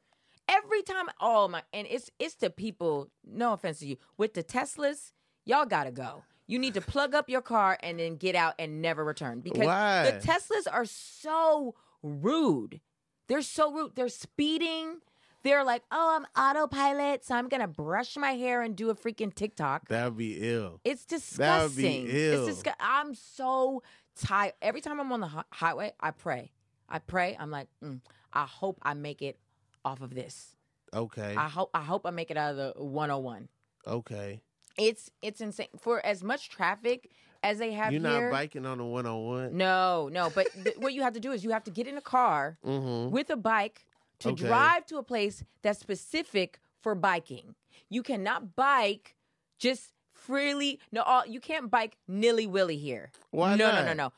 Speaker 2: every time oh my and it's it's the people no offense to you with the teslas y'all gotta go you need to plug up your car and then get out and never return because
Speaker 1: Why?
Speaker 2: the teslas are so rude they're so rude they're speeding they're like oh i'm autopilot so i'm gonna brush my hair and do a freaking tiktok
Speaker 1: That'd be ill.
Speaker 2: it's
Speaker 1: That would be
Speaker 2: disgusting.
Speaker 1: ill.
Speaker 2: It's disgu- I'm so tired. Every time I'm on the hi- highway, I pray. I pray. I'm like, mm, I hope I make it off of this.
Speaker 1: Okay.
Speaker 2: I hope I hope I make it out of the 101.
Speaker 1: okay.
Speaker 2: It's it's insane for as much traffic as they have
Speaker 1: You're
Speaker 2: here.
Speaker 1: not biking on a one on one.
Speaker 2: no, no. But th- what you have to do is you have to get in a car
Speaker 1: Mm-hmm.
Speaker 2: with a bike to
Speaker 1: Okay.
Speaker 2: drive to a place that's specific for biking. You cannot bike just freely. No, all, you can't bike nilly willy here.
Speaker 1: Why
Speaker 2: no,
Speaker 1: not?
Speaker 2: no, no, no.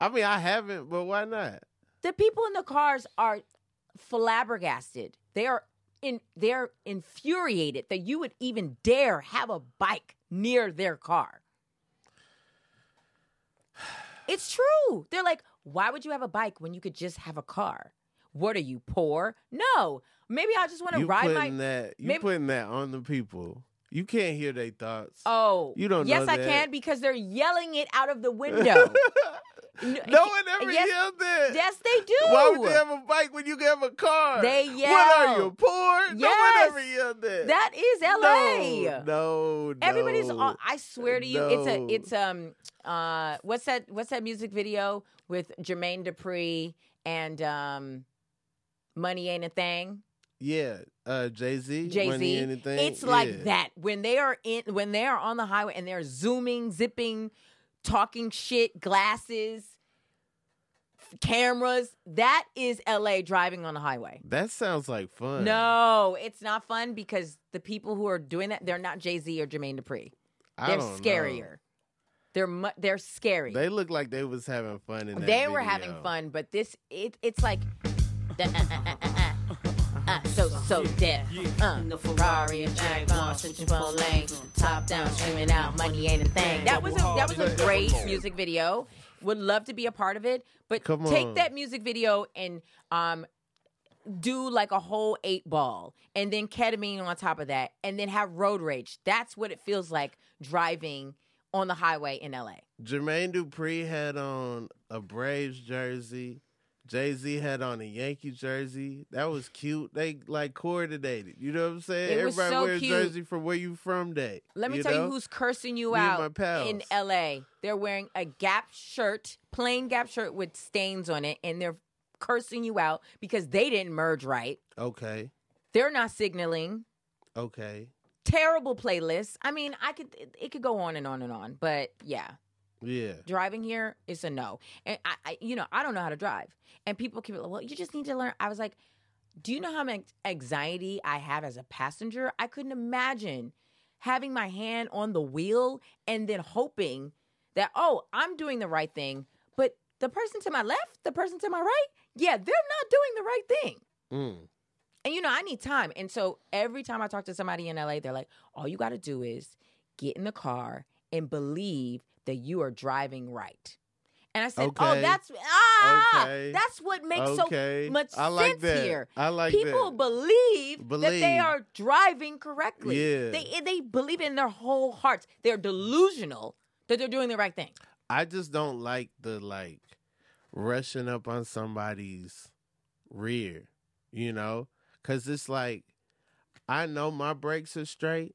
Speaker 1: I mean, I haven't, but why not?
Speaker 2: The people in the cars are flabbergasted. They are in. They're infuriated that you would even dare have a bike near their car. It's true. They're like, why would you have a bike when you could just have a car? What are you poor? No. Maybe I just want to
Speaker 1: you
Speaker 2: ride my.
Speaker 1: putting that you
Speaker 2: maybe-
Speaker 1: putting that on the people. You can't hear their thoughts.
Speaker 2: Oh,
Speaker 1: You don't
Speaker 2: Yes,
Speaker 1: know
Speaker 2: I
Speaker 1: that.
Speaker 2: can because they're yelling it out of the window. no,
Speaker 1: no one ever
Speaker 2: yes,
Speaker 1: yelled that.
Speaker 2: Yes, they do.
Speaker 1: Why would you have a bike when you can have a car?
Speaker 2: They
Speaker 1: What are
Speaker 2: yell.
Speaker 1: you poor? No
Speaker 2: Yes.
Speaker 1: one ever yelled that.
Speaker 2: that is L.A.
Speaker 1: No, no,
Speaker 2: Everybody's.
Speaker 1: no.
Speaker 2: All, I swear to you, it's a.
Speaker 1: No.
Speaker 2: It's um. Uh, what's that? What's that music video with Jermaine Dupri and um, Money Ain't a Thing?
Speaker 1: yeah. Uh, Jay Z.
Speaker 2: Jay Z.
Speaker 1: Anything.
Speaker 2: It's
Speaker 1: yeah.
Speaker 2: like that when they are in when they are on the highway and they're zooming, zipping, talking shit, glasses, f- cameras. That is L.A. driving on the highway.
Speaker 1: That sounds like fun.
Speaker 2: No, it's not fun because the people who are doing that, they're not Jay Z or Jermaine Dupri.
Speaker 1: I
Speaker 2: They're
Speaker 1: don't know.
Speaker 2: scarier. They're mu- they're scary.
Speaker 1: They look like they was having fun in that
Speaker 2: They were having
Speaker 1: video.
Speaker 2: fun, but this it, it's like the, uh, uh, uh, uh, uh, so so deaf. Uh,
Speaker 5: The Ferrari and Jaguar,
Speaker 2: Central Phone Lane, top down, screaming out, money ain't a thing. That was a that was a great music video. Would love to be a part of it, but
Speaker 1: Come
Speaker 2: take
Speaker 1: on.
Speaker 2: that music video and um do like a whole eight ball and then ketamine on top of that and then have road rage. That's what it feels like driving on the highway in LA.
Speaker 1: Jermaine Dupri had on a Braves jersey. Jay Z had on a Yankee jersey. That was cute. They like coordinated. You know what I'm saying?
Speaker 2: It was
Speaker 1: Everybody
Speaker 2: so
Speaker 1: wears
Speaker 2: cute.
Speaker 1: jersey from where you from. Day.
Speaker 2: Let me
Speaker 1: you
Speaker 2: tell
Speaker 1: know?
Speaker 2: you who's cursing you
Speaker 1: Me and my
Speaker 2: out
Speaker 1: pals.
Speaker 2: in LA. They're wearing a Gap shirt, plain Gap shirt with stains on it, and they're cursing you out because they didn't merge right.
Speaker 1: Okay.
Speaker 2: They're not signaling.
Speaker 1: Okay.
Speaker 2: Terrible playlists. I mean, I could it, it could go on and on and on, but yeah,
Speaker 1: Yeah.
Speaker 2: driving here is a no. And I, I you know, I don't know how to drive, and people keep like, well, you just need to learn. I was like, do you know how much anxiety I have as a passenger? I couldn't imagine having my hand on the wheel and then hoping that, oh, I'm doing the right thing. But the person to my left, the person to my right, yeah, they're not doing the right thing.
Speaker 1: Mm.
Speaker 2: And you know, I need time. And so every time I talk to somebody in LA, they're like, all you got to do is get in the car and believe that you are driving right. And I said, oh,
Speaker 1: Okay.
Speaker 2: that's ah,
Speaker 1: Okay.
Speaker 2: that's what makes
Speaker 1: Mm. okay.
Speaker 2: so much
Speaker 1: I like
Speaker 2: sense
Speaker 1: that.
Speaker 2: here.
Speaker 1: I like
Speaker 2: People
Speaker 1: that.
Speaker 2: believe, that they
Speaker 1: Believe.
Speaker 2: are driving correctly.
Speaker 1: Yeah.
Speaker 2: They eh, they believe in their whole hearts. They're delusional that they're doing the right thing.
Speaker 1: I just don't like the like rushing up on somebody's rear, you know? Cause it's like I know my brakes are straight,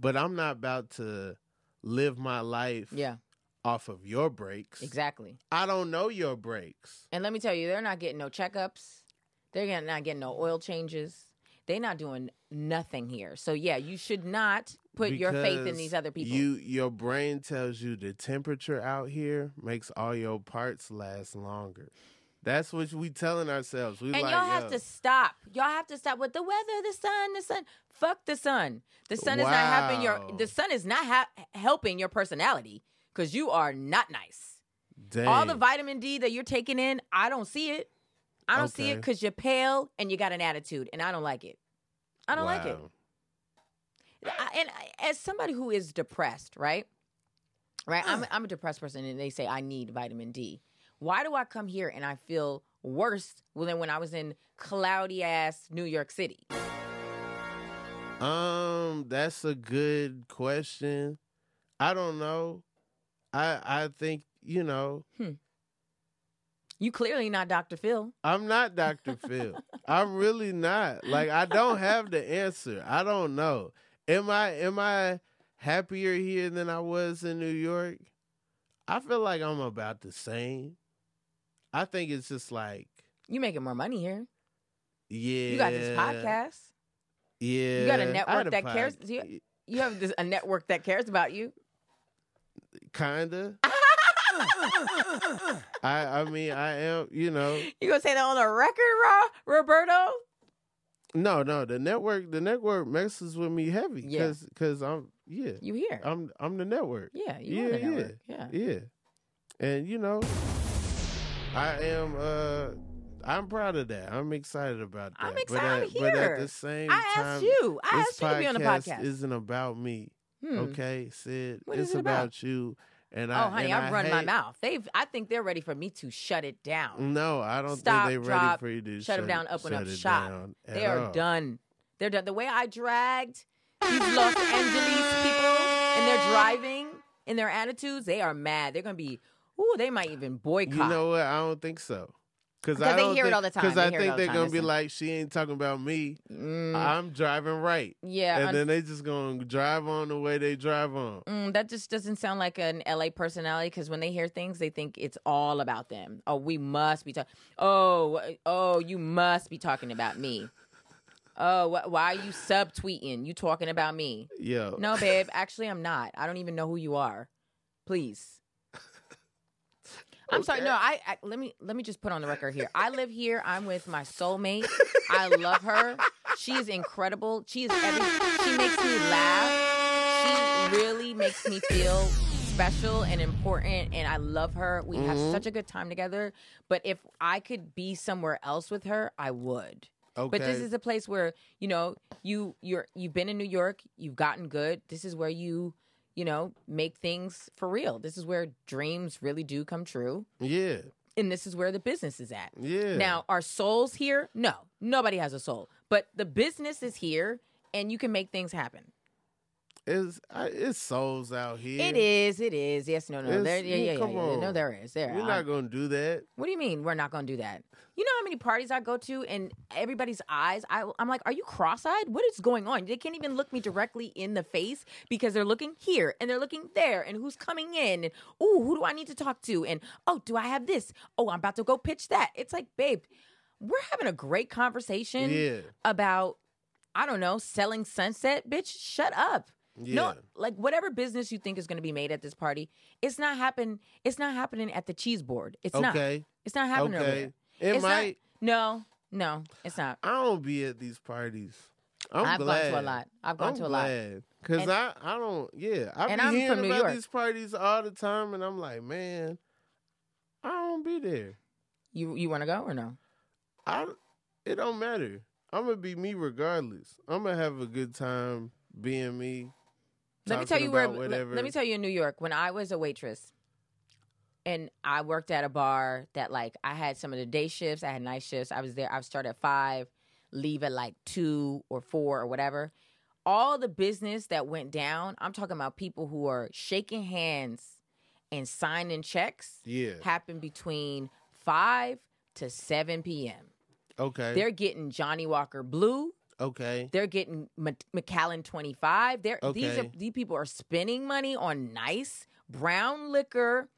Speaker 1: but I'm not about to live my life
Speaker 2: Yeah,
Speaker 1: off of your brakes.
Speaker 2: exactly.
Speaker 1: I don't know your brakes.
Speaker 2: And let me tell you, they're not getting no checkups. They're get- not getting no oil changes. They're not doing nothing here. So yeah, you should not put your faith in
Speaker 1: Because
Speaker 2: these other people.
Speaker 1: You your brain tells you the temperature out here makes all your parts last longer. That's what we telling ourselves. We
Speaker 2: and
Speaker 1: like,
Speaker 2: y'all have
Speaker 1: yo,
Speaker 2: to stop. Y'all have to stop with the weather, the sun, the sun. Fuck the sun. The sun is not helping your.
Speaker 1: Wow.
Speaker 2: The sun is not ha- helping your personality because you are not nice. All the
Speaker 1: dang.
Speaker 2: vitamin D that you're taking in, I don't see it. I don't see it
Speaker 1: Okay.
Speaker 2: because you're pale and you got an attitude, and I don't like it. I don't like it.
Speaker 1: Wow.
Speaker 2: I, and I, as somebody who is depressed, right? Right? I'm I'm a depressed person and they say I need vitamin D. Why do I come here and I feel worse than when I was in cloudy ass New York City?
Speaker 1: Um, that's a good question. I don't know. I I think you know
Speaker 2: You clearly not Dr. Phil.
Speaker 1: I'm not Dr. Phil. I'm really not. Like I don't have the answer. I don't know. Am I am I happier here than I was in New York? I feel like I'm about the same. I think it's just like
Speaker 2: You making more money here.
Speaker 1: yeah.
Speaker 2: You got this podcast.
Speaker 1: Yeah.
Speaker 2: got a
Speaker 1: I
Speaker 2: network
Speaker 1: had
Speaker 2: that cares-
Speaker 1: pod-
Speaker 2: you- You have this, a network that cares about you.
Speaker 1: Kinda. I I mean I am you know
Speaker 2: You gonna say that on the record, Ra Roberto?
Speaker 1: no no the network the network messes with me heavy
Speaker 2: Yeah.
Speaker 1: because because I'm yeah
Speaker 2: You here?
Speaker 1: I'm I'm the network
Speaker 2: yeah, you on
Speaker 1: Oh, yeah,
Speaker 2: the
Speaker 1: yeah.
Speaker 2: network. Yeah.
Speaker 1: Yeah. And you know, I am uh I'm proud of that. I'm excited about that.
Speaker 2: I'm
Speaker 1: But
Speaker 2: excited.
Speaker 1: at,
Speaker 2: I'm
Speaker 1: but at
Speaker 2: here.
Speaker 1: the same
Speaker 2: I
Speaker 1: time,
Speaker 2: asked you. I
Speaker 1: this
Speaker 2: asked you to be on the podcast.
Speaker 1: isn't about me.
Speaker 2: Hmm.
Speaker 1: Okay, Sid.
Speaker 2: What
Speaker 1: it's
Speaker 2: is it about?
Speaker 1: you. And
Speaker 2: Oh,
Speaker 1: I
Speaker 2: honey,
Speaker 1: and
Speaker 2: I've
Speaker 1: I
Speaker 2: run my
Speaker 1: hate- Mm,
Speaker 2: mouth. They've. I think they're ready for me to shut it down.
Speaker 1: No, I don't
Speaker 2: Stop,
Speaker 1: think they're ready
Speaker 2: drop,
Speaker 1: for you to
Speaker 2: shut 'em down, up and up
Speaker 1: shut it
Speaker 2: shop.
Speaker 1: down at
Speaker 2: They are
Speaker 1: all.
Speaker 2: done. They're done. The way I dragged these Los Angeles people in their driving, in their attitudes, they are mad. They're gonna be. Ooh, they might even boycott.
Speaker 1: You know what? I don't think so. Because
Speaker 2: Because
Speaker 1: I
Speaker 2: they
Speaker 1: don't
Speaker 2: hear it
Speaker 1: think-
Speaker 2: all the time.
Speaker 1: Because
Speaker 2: They
Speaker 1: I
Speaker 2: hear it
Speaker 1: think
Speaker 2: all the
Speaker 1: they're
Speaker 2: time.
Speaker 1: gonna be
Speaker 2: Listen.
Speaker 1: like, she ain't talking about me.
Speaker 2: Mm,
Speaker 1: I'm driving right.
Speaker 2: yeah,
Speaker 1: and
Speaker 2: un-
Speaker 1: then they just gonna drive on the way they drive on.
Speaker 2: mm, that just doesn't sound like an LA personality. Because when they hear things, they think it's all about them. Oh, we must be talking. Oh, wh- oh, you must be talking about me. Oh, wh- why are you subtweeting? You talking about me?
Speaker 1: Yo,
Speaker 2: No, babe. Actually, I'm not. I don't even know who you are. Please. I'm sorry. No, I, I let me let me just put on the record here. I live here. I'm with my soulmate. I love her. She is incredible. She is every. She makes me laugh. She really makes me feel special and important, and I love her. We have such a good time together. But if I could be somewhere else with her, I would.
Speaker 1: okay.
Speaker 2: But this is a place where you know you you're you've been in New York, you've gotten good. This is where you you know make things for real. This is where dreams really do come true,
Speaker 1: yeah,
Speaker 2: and this is where the business is at.
Speaker 1: yeah.
Speaker 2: Now, our souls here? No, nobody has a soul, but the business is here, and you can make things happen.
Speaker 1: it's I, it's souls out here.
Speaker 2: It is, it is. Yes, no, no,
Speaker 1: It's-
Speaker 2: there, yeah,
Speaker 1: you-
Speaker 2: yeah, yeah,
Speaker 1: come
Speaker 2: yeah. No,
Speaker 1: on.
Speaker 2: there is, there.
Speaker 1: We're
Speaker 2: I-
Speaker 1: not gonna do that.
Speaker 2: What do you mean we're not going to do that? You know how many parties I go to and everybody's eyes, I, I'm like, are you cross eyed? What is going on? They can't even look me directly in the face because they're looking here and they're looking there and who's coming in and, ooh, who do I need to talk to? And, oh, do I have this? Oh, I'm about to go pitch that. It's like, babe, we're having a great conversation
Speaker 1: Yeah,
Speaker 2: about, I don't know, selling sunset. Bitch, shut up.
Speaker 1: yeah.
Speaker 2: No, like whatever business you think is going to be made at this party, it's not happen. It's not happening at the cheese board. It's not.
Speaker 1: okay,
Speaker 2: It's not happening over
Speaker 1: okay.
Speaker 2: there.
Speaker 1: It
Speaker 2: It's not-
Speaker 1: might.
Speaker 2: No, no, it's not.
Speaker 1: I don't be at these parties. I'm
Speaker 2: have
Speaker 1: glad.
Speaker 2: gone to a lot. I've gone
Speaker 1: I'm
Speaker 2: to a lot.
Speaker 1: glad. Oh, Cause
Speaker 2: And-
Speaker 1: I I don't yeah I
Speaker 2: And
Speaker 1: be
Speaker 2: I'm
Speaker 1: hearing
Speaker 2: from New
Speaker 1: about
Speaker 2: York.
Speaker 1: these parties all the time and I'm like man I don't be there
Speaker 2: You you want to go or no?
Speaker 1: I it don't matter I'm gonna be me regardless I'm gonna have a good time being me
Speaker 2: Let
Speaker 1: talking
Speaker 2: me tell you where.
Speaker 1: about
Speaker 2: Let,
Speaker 1: whatever.
Speaker 2: let me tell you in New York when I was a waitress, and I worked at a bar that like I had some of the day shifts, I had night shifts. I was there. I would start at five, leave at like two or four or whatever. All the business that went down. I'm talking about people who are shaking hands and signing checks.
Speaker 1: yeah
Speaker 2: Happened between five to seven p.m.
Speaker 1: okay
Speaker 2: They're getting Johnny Walker Blue.
Speaker 1: okay
Speaker 2: They're getting Mc- McAllen 25. They're these are
Speaker 1: Okay.
Speaker 2: these people are spending money on nice brown liquor.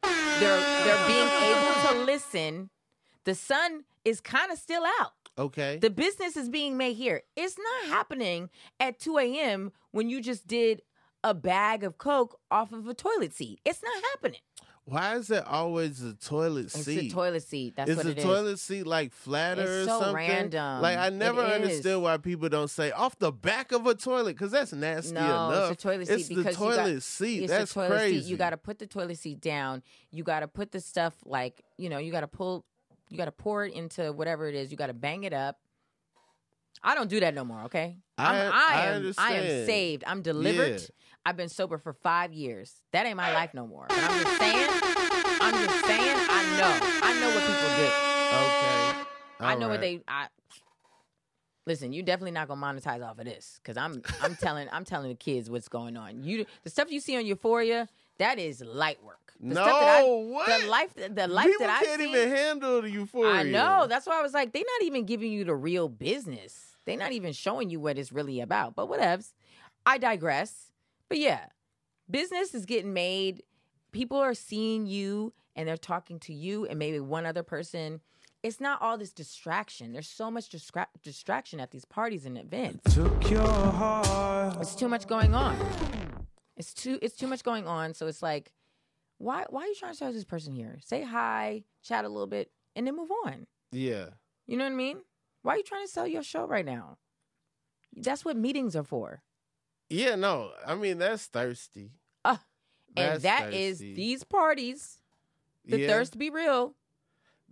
Speaker 2: They're they're being able to listen. The sun is kind of still out.
Speaker 1: Okay.
Speaker 2: The business is being made here. It's not happening at 2 a.m. when you just did a bag of Coke off of a toilet seat. It's not happening.
Speaker 1: Why is it always a toilet
Speaker 2: It's
Speaker 1: seat?
Speaker 2: a toilet seat. That's
Speaker 1: is
Speaker 2: what
Speaker 1: the
Speaker 2: it is.
Speaker 1: toilet seat like flatter
Speaker 2: It's
Speaker 1: or
Speaker 2: so
Speaker 1: something?
Speaker 2: random.
Speaker 1: Like I
Speaker 2: It
Speaker 1: never
Speaker 2: is.
Speaker 1: understood why people don't say off the back of a toilet because that's nasty
Speaker 2: No,
Speaker 1: enough.
Speaker 2: it's a toilet seat
Speaker 1: It's the
Speaker 2: because you got-
Speaker 1: toilet seat.
Speaker 2: It's
Speaker 1: that's
Speaker 2: a toilet
Speaker 1: crazy.
Speaker 2: seat. You got to put the toilet seat down. You got to put the stuff like you know. You got to pull. You got to pour it into whatever it is. You got to bang it up. I don't do that no more. Okay,
Speaker 1: I-
Speaker 2: I'm,
Speaker 1: I
Speaker 2: am. I am
Speaker 1: understand.
Speaker 2: saved. I'm delivered.
Speaker 1: Yeah.
Speaker 2: I've been sober for five years. That ain't my life no more. But I'm just saying. I'm just saying. I know. I know what people get.
Speaker 1: Okay.
Speaker 2: I
Speaker 1: All
Speaker 2: know what
Speaker 1: right.
Speaker 2: they. I listen. You definitely not gonna monetize off of this because I'm I'm telling I'm telling the kids what's going on. You the stuff you see on Euphoria that is light work. The stuff that I-
Speaker 1: No, what?
Speaker 2: the life the life
Speaker 1: people
Speaker 2: that I
Speaker 1: can't even handle the euphoria.
Speaker 2: I know. That's why I was like, they not even giving you the real business. They not even showing you what it's really about. But whatevs. I digress. But yeah, business is getting made. People are seeing you and they're talking to you and maybe one other person. It's not all this distraction. There's so much distra- distraction at these parties and events.
Speaker 4: Took your heart.
Speaker 2: It's too much going on. It's too it's too much going on. So it's like, why why are you trying to talk to this person here? Say hi, chat a little bit, and then move on.
Speaker 1: Yeah.
Speaker 2: You know what I mean? Why are you trying to sell your show right now? That's what meetings are for.
Speaker 1: Yeah, no. I mean, that's thirsty.
Speaker 2: Ah, and that is
Speaker 1: thirsty.
Speaker 2: these parties. The
Speaker 1: Yeah,
Speaker 2: thirst be real.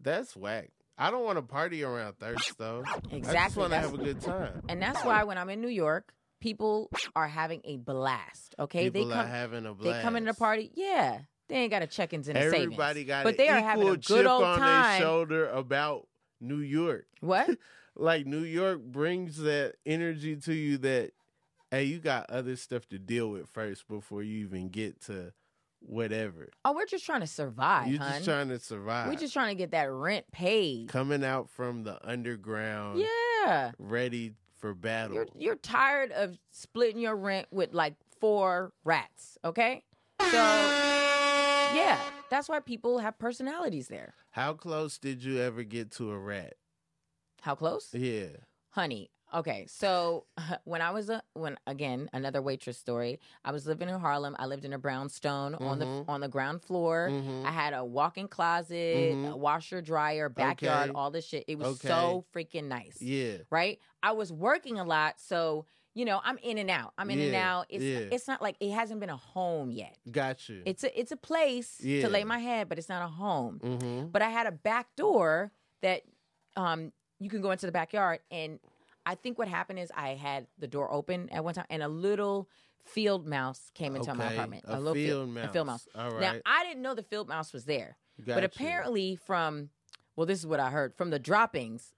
Speaker 1: That's whack. I don't want to party around thirst though. I just
Speaker 2: Exactly,
Speaker 1: want to
Speaker 2: that's-
Speaker 1: have a good time.
Speaker 2: And that's why when I'm in New York, people are having a blast. Okay.
Speaker 1: People
Speaker 2: they
Speaker 1: are
Speaker 2: come
Speaker 1: having a blast.
Speaker 2: they come into the party. Yeah. They ain't got a check ins and a savings.
Speaker 1: Everybody got
Speaker 2: but
Speaker 1: an
Speaker 2: they are
Speaker 1: equal
Speaker 2: having a
Speaker 1: chip
Speaker 2: good old
Speaker 1: on their
Speaker 2: time.
Speaker 1: shoulder about New York.
Speaker 2: What?
Speaker 1: Like New York brings that energy to you that hey, you got other stuff to deal with first before you even get to whatever.
Speaker 2: Oh, we're just trying to survive,
Speaker 1: You're
Speaker 2: hun.
Speaker 1: just trying to survive.
Speaker 2: We're just trying to get that rent paid.
Speaker 1: coming out from the underground,
Speaker 2: Yeah.
Speaker 1: ready for battle.
Speaker 2: You're you're tired of splitting your rent with like four rats, okay? So yeah, that's why people have personalities there.
Speaker 1: How close did you ever get to a rat?
Speaker 2: How close?
Speaker 1: Yeah.
Speaker 2: Honey. Okay, so when I was a when again another waitress story, I was living in Harlem. I lived in a brownstone on the
Speaker 1: Mhm.
Speaker 2: on the ground floor.
Speaker 1: Mhm.
Speaker 2: I had a walk-in closet,
Speaker 1: Mhm.
Speaker 2: a washer, dryer, backyard,
Speaker 1: Okay.
Speaker 2: all this shit. It was so freaking nice.
Speaker 1: Yeah.
Speaker 2: right? I was working a lot, so you know I'm in and out. I'm in and
Speaker 1: Yeah,
Speaker 2: out. It's
Speaker 1: yeah.
Speaker 2: it's not like it hasn't been a home yet.
Speaker 1: Got you.
Speaker 2: It's a it's a place
Speaker 1: Yeah.
Speaker 2: to lay my head, but it's not a home.
Speaker 1: mm-hmm.
Speaker 2: But I had a back door that um you can go into the backyard, and I think what happened is I had the door open at one time, and a little field mouse came into my
Speaker 1: Okay,
Speaker 2: apartment.
Speaker 1: a
Speaker 2: little
Speaker 1: field
Speaker 2: A field
Speaker 1: mouse.
Speaker 2: mouse.
Speaker 1: All
Speaker 2: Now
Speaker 1: right.
Speaker 2: I didn't know the field mouse was there
Speaker 1: Got
Speaker 2: but
Speaker 1: you.
Speaker 2: apparently from well this is what i heard from the droppings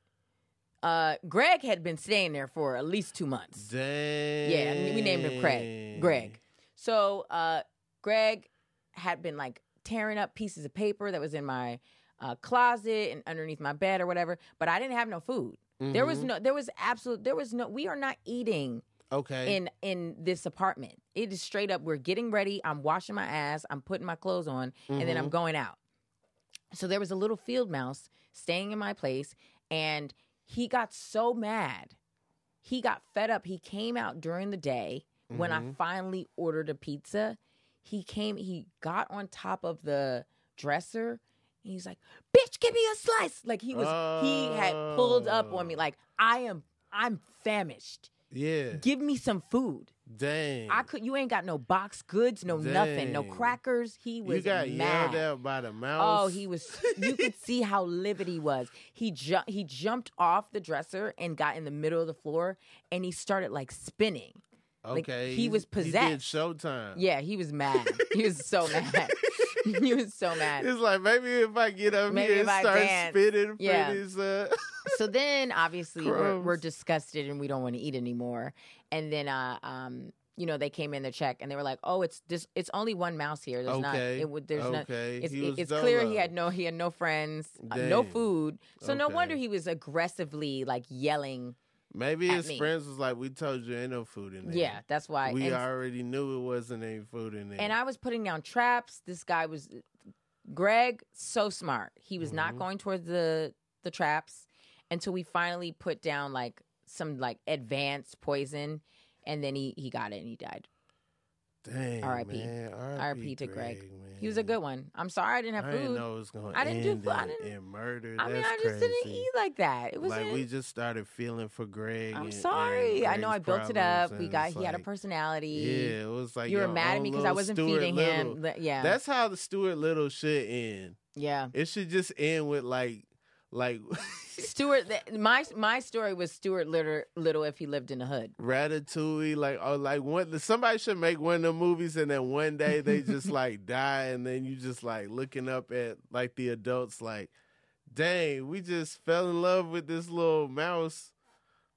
Speaker 2: uh greg had been staying there for at least two months
Speaker 1: Dang.
Speaker 2: yeah and we named him craig greg so uh greg had been like tearing up pieces of paper that was in my uh, closet and underneath my bed or whatever but i didn't have no food there was
Speaker 1: Mhm.
Speaker 2: no there was absolute there was no we are not eating
Speaker 1: Okay.
Speaker 2: in in this apartment it is straight up we're getting ready i'm washing my ass i'm putting my clothes on and
Speaker 1: Mm-hmm.
Speaker 2: then i'm going out so there was a little field mouse staying in my place and he got so mad he got fed up he came out during the day
Speaker 1: Mm-hmm.
Speaker 2: when i finally ordered a pizza he came he got on top of the dresser and he's like bitch give me a slice like he was he had pulled up on me
Speaker 1: Oh.
Speaker 2: like i am i'm famished
Speaker 1: yeah.
Speaker 2: give me some food
Speaker 1: Dang.
Speaker 2: I could. You ain't got no box goods, no nothing, no
Speaker 1: Dang.
Speaker 2: crackers. He was
Speaker 1: you got
Speaker 2: mad.
Speaker 1: yelled at by the mouse.
Speaker 2: Oh, he was. You could see how livid he was. He ju- he jumped off the dresser and got in the middle of the floor, and he started like spinning. like,
Speaker 1: Okay.
Speaker 2: he was
Speaker 1: he's- He did
Speaker 2: possessed.
Speaker 1: Showtime.
Speaker 2: Yeah, he was mad. he was so mad. he was so mad.
Speaker 1: It's like maybe if I get up
Speaker 2: Maybe
Speaker 1: here and
Speaker 2: if I
Speaker 1: start
Speaker 2: dance.
Speaker 1: spitting for
Speaker 2: Yeah.
Speaker 1: this, uh,
Speaker 2: so then obviously we're,
Speaker 1: Gross.
Speaker 2: we're disgusted and we don't want to eat anymore and then uh um you know they came in their check and they were like oh it's this it's only one mouse here there's not
Speaker 1: Okay.
Speaker 2: it would there's not
Speaker 1: Okay.
Speaker 2: it's,
Speaker 1: He was
Speaker 2: it's clear he
Speaker 1: dolo.
Speaker 2: had no he had no friends uh, no
Speaker 1: Dang.
Speaker 2: food so no wonder
Speaker 1: Okay.
Speaker 2: he was aggressively like yelling
Speaker 1: maybe
Speaker 2: At
Speaker 1: his
Speaker 2: me.
Speaker 1: friends was like, "We told you ain't no food in there."
Speaker 2: yeah that's why
Speaker 1: we
Speaker 2: and,
Speaker 1: already knew it wasn't any food in there.
Speaker 2: and i was putting down traps this guy was
Speaker 1: Mm-hmm.
Speaker 2: greg so smart he was not going towards the the traps until we finally put down like some like advanced poison, and then he he got it and he died.
Speaker 1: Dang,
Speaker 2: R.I.P..
Speaker 1: man.
Speaker 2: R.I.P. to Greg.
Speaker 1: man.
Speaker 2: He was a good one. I'm sorry I didn't have
Speaker 1: I
Speaker 2: food.
Speaker 1: didn't know it was going to
Speaker 2: I didn't
Speaker 1: end
Speaker 2: do food. I
Speaker 1: in,
Speaker 2: didn't-
Speaker 1: in murder.
Speaker 2: I mean,
Speaker 1: That's
Speaker 2: I just
Speaker 1: crazy.
Speaker 2: didn't eat like that. It was
Speaker 1: like we just started feeling for Greg.
Speaker 2: I'm
Speaker 1: and-
Speaker 2: sorry.
Speaker 1: and
Speaker 2: I know I
Speaker 1: Greg's
Speaker 2: built it
Speaker 1: problems,
Speaker 2: up. We
Speaker 1: and
Speaker 2: got
Speaker 1: it's
Speaker 2: he had a
Speaker 1: like,
Speaker 2: personality.
Speaker 1: Yeah, it was like
Speaker 2: you were
Speaker 1: your
Speaker 2: mad at
Speaker 1: own
Speaker 2: me because I
Speaker 1: little
Speaker 2: wasn't
Speaker 1: Stuart
Speaker 2: feeding
Speaker 1: Little.
Speaker 2: him. Li- Yeah,
Speaker 1: That's how the Stuart Little should end.
Speaker 2: yeah.
Speaker 1: It should just end with like, like
Speaker 2: Stuart, th- my my story was Stuart Little, Little if he lived in the hood.
Speaker 1: Ratatouille, like or like one. Somebody should make one of the movies, and then one day they just like die, and then you just like looking up at like the adults, like, dang, we just fell in love with this little mouse,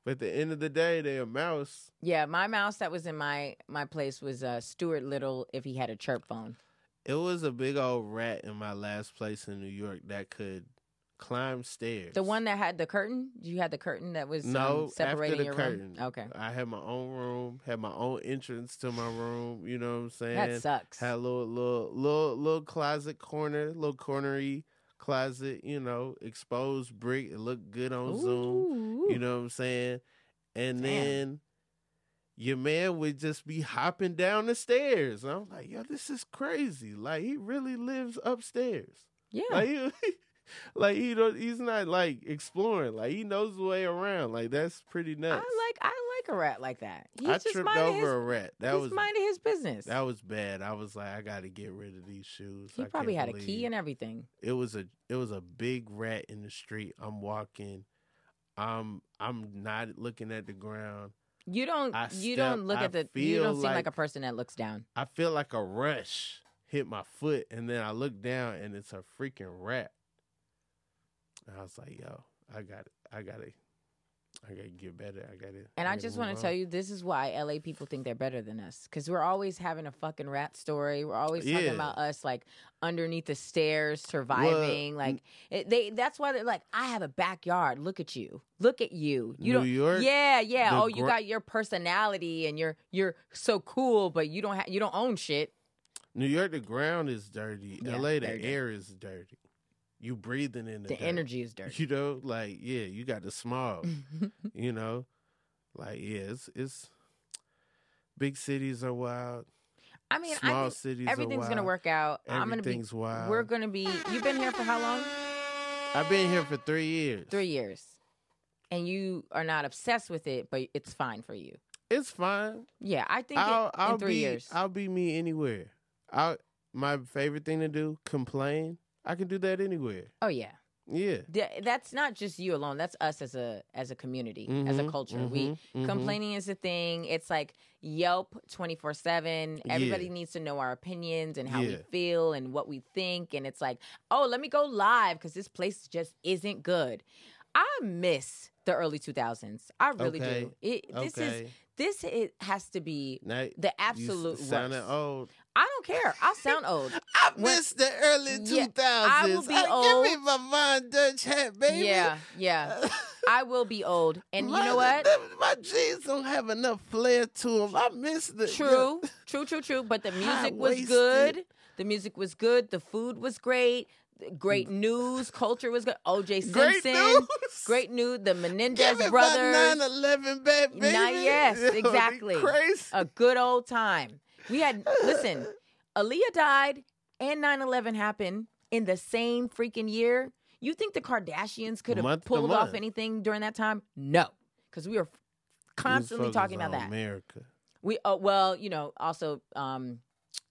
Speaker 1: but at the end of the day, they a mouse.
Speaker 2: Yeah, my mouse that was in my my place was uh, Stuart Little if he had a chirp phone.
Speaker 1: It was a big old rat in my last place in New York that could climb stairs.
Speaker 2: The one that had the curtain. You had the curtain that was um,
Speaker 1: No, after
Speaker 2: separating
Speaker 1: the
Speaker 2: your
Speaker 1: curtain. Uh,
Speaker 2: room. Okay,
Speaker 1: I had my own room, had my own entrance to my room. You know what I'm saying?
Speaker 2: that sucks.
Speaker 1: Had a little, little, little, little closet corner, little cornery closet, you know, exposed brick. It looked good on Zoom.
Speaker 2: Ooh.
Speaker 1: You know what I'm saying? And
Speaker 2: Damn.
Speaker 1: then your man would just be hopping down the stairs. And I'm like, yo, this is crazy. Like, he really lives upstairs.
Speaker 2: yeah,
Speaker 1: Like, he, like he don't, he's not like exploring. Like, he knows the way around. Like, that's pretty
Speaker 2: I
Speaker 1: nuts.
Speaker 2: like I like a rat like that. He's
Speaker 1: I
Speaker 2: just
Speaker 1: tripped
Speaker 2: minding
Speaker 1: over a rat.
Speaker 2: His,
Speaker 1: That
Speaker 2: he's
Speaker 1: was
Speaker 2: minding his business.
Speaker 1: that was bad. I was like, I got to get rid of these shoes.
Speaker 2: he
Speaker 1: I
Speaker 2: probably
Speaker 1: can't
Speaker 2: had a key
Speaker 1: believe-
Speaker 2: and everything.
Speaker 1: it was a it was a big rat in the street. I'm walking. I'm I'm not looking at the ground.
Speaker 2: You don't.
Speaker 1: I
Speaker 2: you
Speaker 1: step-
Speaker 2: don't look
Speaker 1: I
Speaker 2: at the. You don't
Speaker 1: feel
Speaker 2: seem like,
Speaker 1: like-
Speaker 2: a person that looks down.
Speaker 1: I feel like a rush hit my foot, and then I look down, and it's a freaking rat. And I was like, yo, I got it. I got it. I gotta get better. I got it.
Speaker 2: And I just want to tell you, this is why LA people think they're better than us, because we're always having a fucking rat story. We're always talking
Speaker 1: Yeah.
Speaker 2: about us like underneath the stairs, surviving. like it, they, that's why they're like, I have a backyard. Look at you. Look at you. You
Speaker 1: New
Speaker 2: don't.
Speaker 1: York,
Speaker 2: yeah, yeah.
Speaker 1: the
Speaker 2: Oh, you
Speaker 1: gr-
Speaker 2: got your personality, and you're you're so cool, but you don't have you don't own shit.
Speaker 1: New York, the ground is dirty.
Speaker 2: Yeah,
Speaker 1: LA, the
Speaker 2: very dirty.
Speaker 1: air is dirty. You breathing in the,
Speaker 2: The
Speaker 1: dirt.
Speaker 2: energy is dirty.
Speaker 1: You know, like yeah, you got the smog.
Speaker 2: Mm-hmm.
Speaker 1: you know, like yeah, it's, it's big cities are wild.
Speaker 2: I mean,
Speaker 1: small
Speaker 2: I think
Speaker 1: cities. are
Speaker 2: everything's
Speaker 1: wild.
Speaker 2: gonna work out. I'm gonna be.
Speaker 1: Everything's wild.
Speaker 2: We're gonna be. You've been here for how long?
Speaker 1: I've been here for three years.
Speaker 2: three years and you are not obsessed with it, but it's fine for you.
Speaker 1: It's fine.
Speaker 2: Yeah, I think it-
Speaker 1: I'll, I'll
Speaker 2: in three
Speaker 1: be,
Speaker 2: years.
Speaker 1: I'll be me anywhere. I my favorite thing to do, complain. I can do that anywhere.
Speaker 2: oh yeah,
Speaker 1: Yeah.
Speaker 2: Th- that's not just you alone. That's us as a as a community, as a
Speaker 1: Mhm,
Speaker 2: culture. We
Speaker 1: mhm, mhm.
Speaker 2: complaining is a thing. It's like Yelp twenty four seven. Everybody
Speaker 1: Yeah.
Speaker 2: needs to know our opinions and how we
Speaker 1: Yeah.
Speaker 2: feel and what we think. And it's like, oh, let me go live because this place just isn't good. I miss the early two thousands. I really do.
Speaker 1: Okay.
Speaker 2: It, this
Speaker 1: okay.
Speaker 2: is this it has to be
Speaker 1: now, you
Speaker 2: the absolute
Speaker 1: sounding
Speaker 2: worst.
Speaker 1: old.
Speaker 2: I don't care. I sound old.
Speaker 1: I
Speaker 2: When-
Speaker 1: miss the early
Speaker 2: Yeah,
Speaker 1: two thousands. Uh,
Speaker 2: I will be
Speaker 1: Give me my Von Dutch hat, baby.
Speaker 2: Yeah, yeah. I will be old. And you know
Speaker 1: My-
Speaker 2: what?
Speaker 1: My jeans don't have enough flair to them. I miss the
Speaker 2: True, true, true, true. But the music was
Speaker 1: High-waisted.
Speaker 2: good. The music was good. The food was great. Great news. Culture was good. OJ Simpson.
Speaker 1: Mm. Great news.
Speaker 2: Great news. The Menendez
Speaker 1: Give me my
Speaker 2: brothers.
Speaker 1: 911 back,
Speaker 2: Nah,
Speaker 1: baby.
Speaker 2: yes,
Speaker 1: It'll be
Speaker 2: exactly. Uh,
Speaker 1: Crazy.
Speaker 2: A good old time. We had, listen, Aaliyah died and 9 11 happened in the same freaking year. You think the Kardashians could have
Speaker 1: Month to
Speaker 2: pulled off
Speaker 1: month.
Speaker 2: anything during that time? No, because we were constantly
Speaker 1: Who's
Speaker 2: talking
Speaker 1: focused
Speaker 2: about
Speaker 1: on
Speaker 2: that.
Speaker 1: America.
Speaker 2: We oh well, you know, also um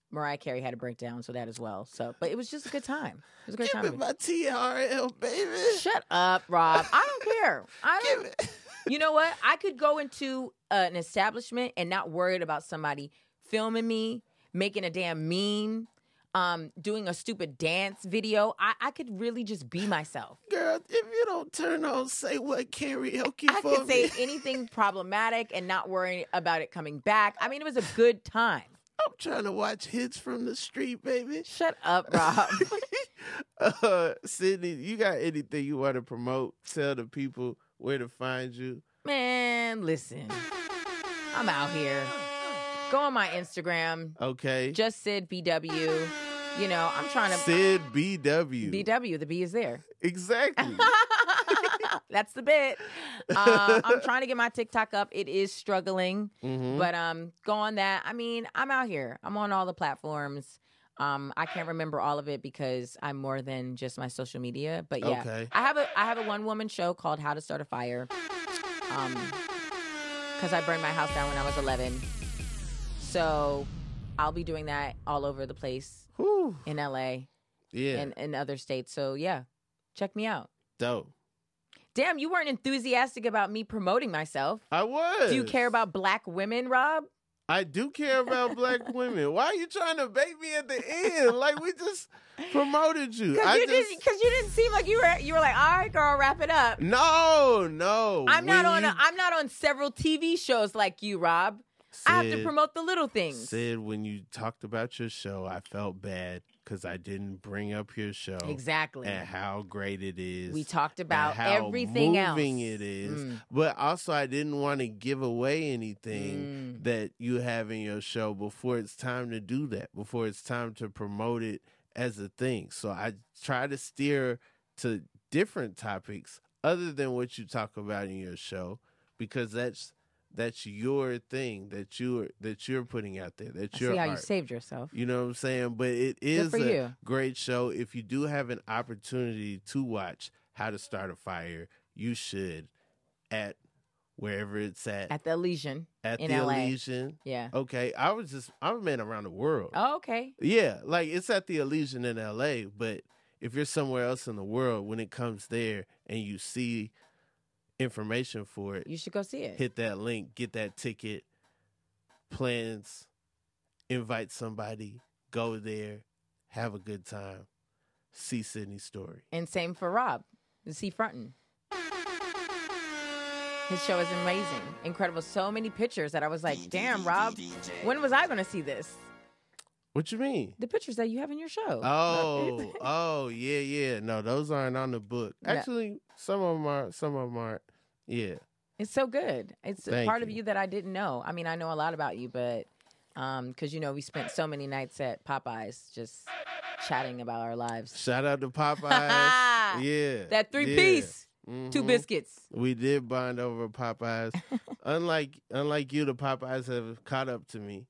Speaker 2: Mariah Carey had a breakdown, so that as well. So but it was just a good time. It was a great
Speaker 1: Give me
Speaker 2: time.
Speaker 1: my TRL, baby.
Speaker 2: Shut up, Rob. I don't care. I
Speaker 1: Give
Speaker 2: don't
Speaker 1: it.
Speaker 2: you know what? I could go into uh, an establishment and not worried about somebody filming me, making a damn meme, um, doing a stupid dance video. I, I could really just be myself.
Speaker 1: Girl, if you don't turn on, say what karaoke
Speaker 2: I
Speaker 1: for
Speaker 2: could
Speaker 1: me.
Speaker 2: say anything problematic and not worry about it coming back. I mean, it was a good time.
Speaker 1: I'm trying to watch hits from the street, baby.
Speaker 2: Shut up, Rob.
Speaker 1: Uh, Sydney, you got anything you want to promote? Tell the people where to find you.
Speaker 2: Man, listen. I'm out here. Go on my Instagram.
Speaker 1: Okay.
Speaker 2: Just Sid BW. You know, I'm trying to
Speaker 1: Sid BW.
Speaker 2: BW. The B is there.
Speaker 1: Exactly.
Speaker 2: That's the bit. Uh, I'm trying to get my TikTok up. It is struggling,
Speaker 1: Mhm.
Speaker 2: but um, go on that. I mean, I'm out here. I'm on all the platforms. Um, I can't remember all of it because I'm more than just my social media. But yeah,
Speaker 1: Okay.
Speaker 2: I have a I have a one woman show called How to Start a Fire. Um, because I burned my house down when I was 11, so I'll be doing that all over the place
Speaker 1: Whew.
Speaker 2: in LA
Speaker 1: Yeah,
Speaker 2: and in other states. So yeah, check me out.
Speaker 1: dope.
Speaker 2: Damn, you weren't enthusiastic about me promoting myself.
Speaker 1: I was.
Speaker 2: Do you care about black women, Rob?
Speaker 1: I do care about black women. Why are you trying to bait me at the end? Like we just promoted you.
Speaker 2: Because
Speaker 1: I
Speaker 2: you,
Speaker 1: just
Speaker 2: didn't- 'cause you didn't seem like you were. You were like, all right, girl, wrap it up.
Speaker 1: no, no.
Speaker 2: I'm not
Speaker 1: When
Speaker 2: on.
Speaker 1: you
Speaker 2: A, I'm not on several TV shows like you, Rob. I have to
Speaker 1: said-
Speaker 2: promote the little things.
Speaker 1: Said when you talked about your show, I felt bad because I didn't bring up your show
Speaker 2: Exactly.
Speaker 1: and how great it is.
Speaker 2: We talked about
Speaker 1: and how
Speaker 2: everything else.
Speaker 1: moving it is.
Speaker 2: Mm.
Speaker 1: But also, I didn't want to give away anything
Speaker 2: Mm.
Speaker 1: that you have in your show before it's time to do that, before it's time to promote it as a thing. So I try to steer to different topics other than what you talk about in your show because that's that's your thing that you're that you're putting out there that
Speaker 2: I
Speaker 1: you're
Speaker 2: see how you saved yourself.
Speaker 1: you know what I'm saying? But it is
Speaker 2: for
Speaker 1: a
Speaker 2: you.
Speaker 1: great show. If you do have an opportunity to watch How to Start a Fire, you should at wherever it's at
Speaker 2: At the Elysian,
Speaker 1: at
Speaker 2: in
Speaker 1: the
Speaker 2: LA.
Speaker 1: Elysian.
Speaker 2: yeah.
Speaker 1: Okay, I was just I've been around the world.
Speaker 2: Oh, okay.
Speaker 1: Yeah, like it's at the Elysian in LA, but if you're somewhere else in the world when it comes there and you see information for it,
Speaker 2: You should go see it.
Speaker 1: hit that link, get that ticket, plans, invite somebody, go there, have a good time, see Sydney's story.
Speaker 2: And same for Rob. See Frontin. His show is amazing, incredible. So many pictures that I was like, damn, Rob, when was I going to see this?
Speaker 1: What you mean?
Speaker 2: The pictures that you have in your show.
Speaker 1: Oh, oh, yeah, yeah. No, those aren't on the book.
Speaker 2: No.
Speaker 1: Actually, some of them are. Some of them aren't. Yeah.
Speaker 2: it's so good. It's a
Speaker 1: Thank
Speaker 2: part of
Speaker 1: you.
Speaker 2: you that I didn't know. I mean, I know a lot about you, but because, you know, we spent so many nights at Popeyes just chatting about our lives.
Speaker 1: Shout out to Popeyes. yeah.
Speaker 2: That three
Speaker 1: yeah.
Speaker 2: piece, two
Speaker 1: Mhm.
Speaker 2: biscuits.
Speaker 1: We did bond over Popeyes. unlike unlike you, the Popeyes have caught up to me.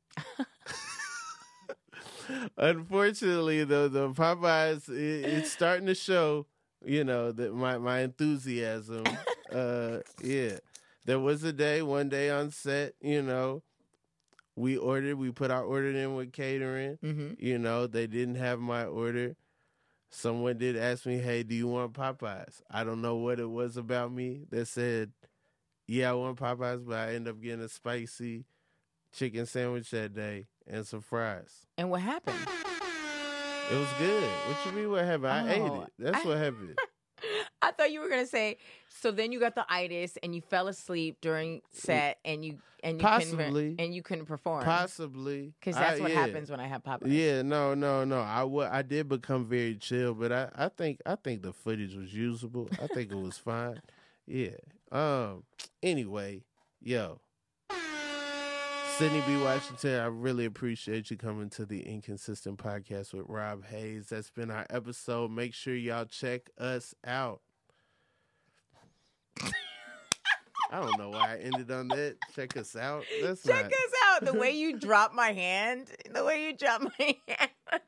Speaker 1: Unfortunately, though, the Popeyes it, it's starting to show. You know that my my enthusiasm. uh, yeah, there was a day, one day on set. You know, we ordered, we put our order in with catering.
Speaker 2: Mm-hmm.
Speaker 1: You know, they didn't have my order. Someone did ask me, "Hey, do you want Popeyes?" I don't know what it was about me that said, "Yeah, I want Popeyes," but I ended up getting a spicy chicken sandwich that day and some fries.
Speaker 2: And what happened?
Speaker 1: It was good. What you mean? What happened? I
Speaker 2: Oh,
Speaker 1: ate it. That's
Speaker 2: I-
Speaker 1: what happened.
Speaker 2: I thought you were gonna say. So then you got the itis, and you fell asleep during set, and you and you
Speaker 1: Possibly.
Speaker 2: couldn't, and you couldn't perform
Speaker 1: Possibly
Speaker 2: because that's
Speaker 1: I-
Speaker 2: what
Speaker 1: yeah.
Speaker 2: happens when I have Popeyes.
Speaker 1: Yeah, no, no, no. I wa- I did become very chill, but I, I think I think the footage was usable. I think it was fine. Yeah. Um. Anyway, yo, Sydney B. Washington, I really appreciate you coming to the Inconsistent Podcast with Rob Hayes. That's been our episode. Make sure y'all check us out. I don't know why I ended on that. Check us out. That's
Speaker 2: Check
Speaker 1: not,
Speaker 2: us out. The way you drop my hand, the way you drop my hand.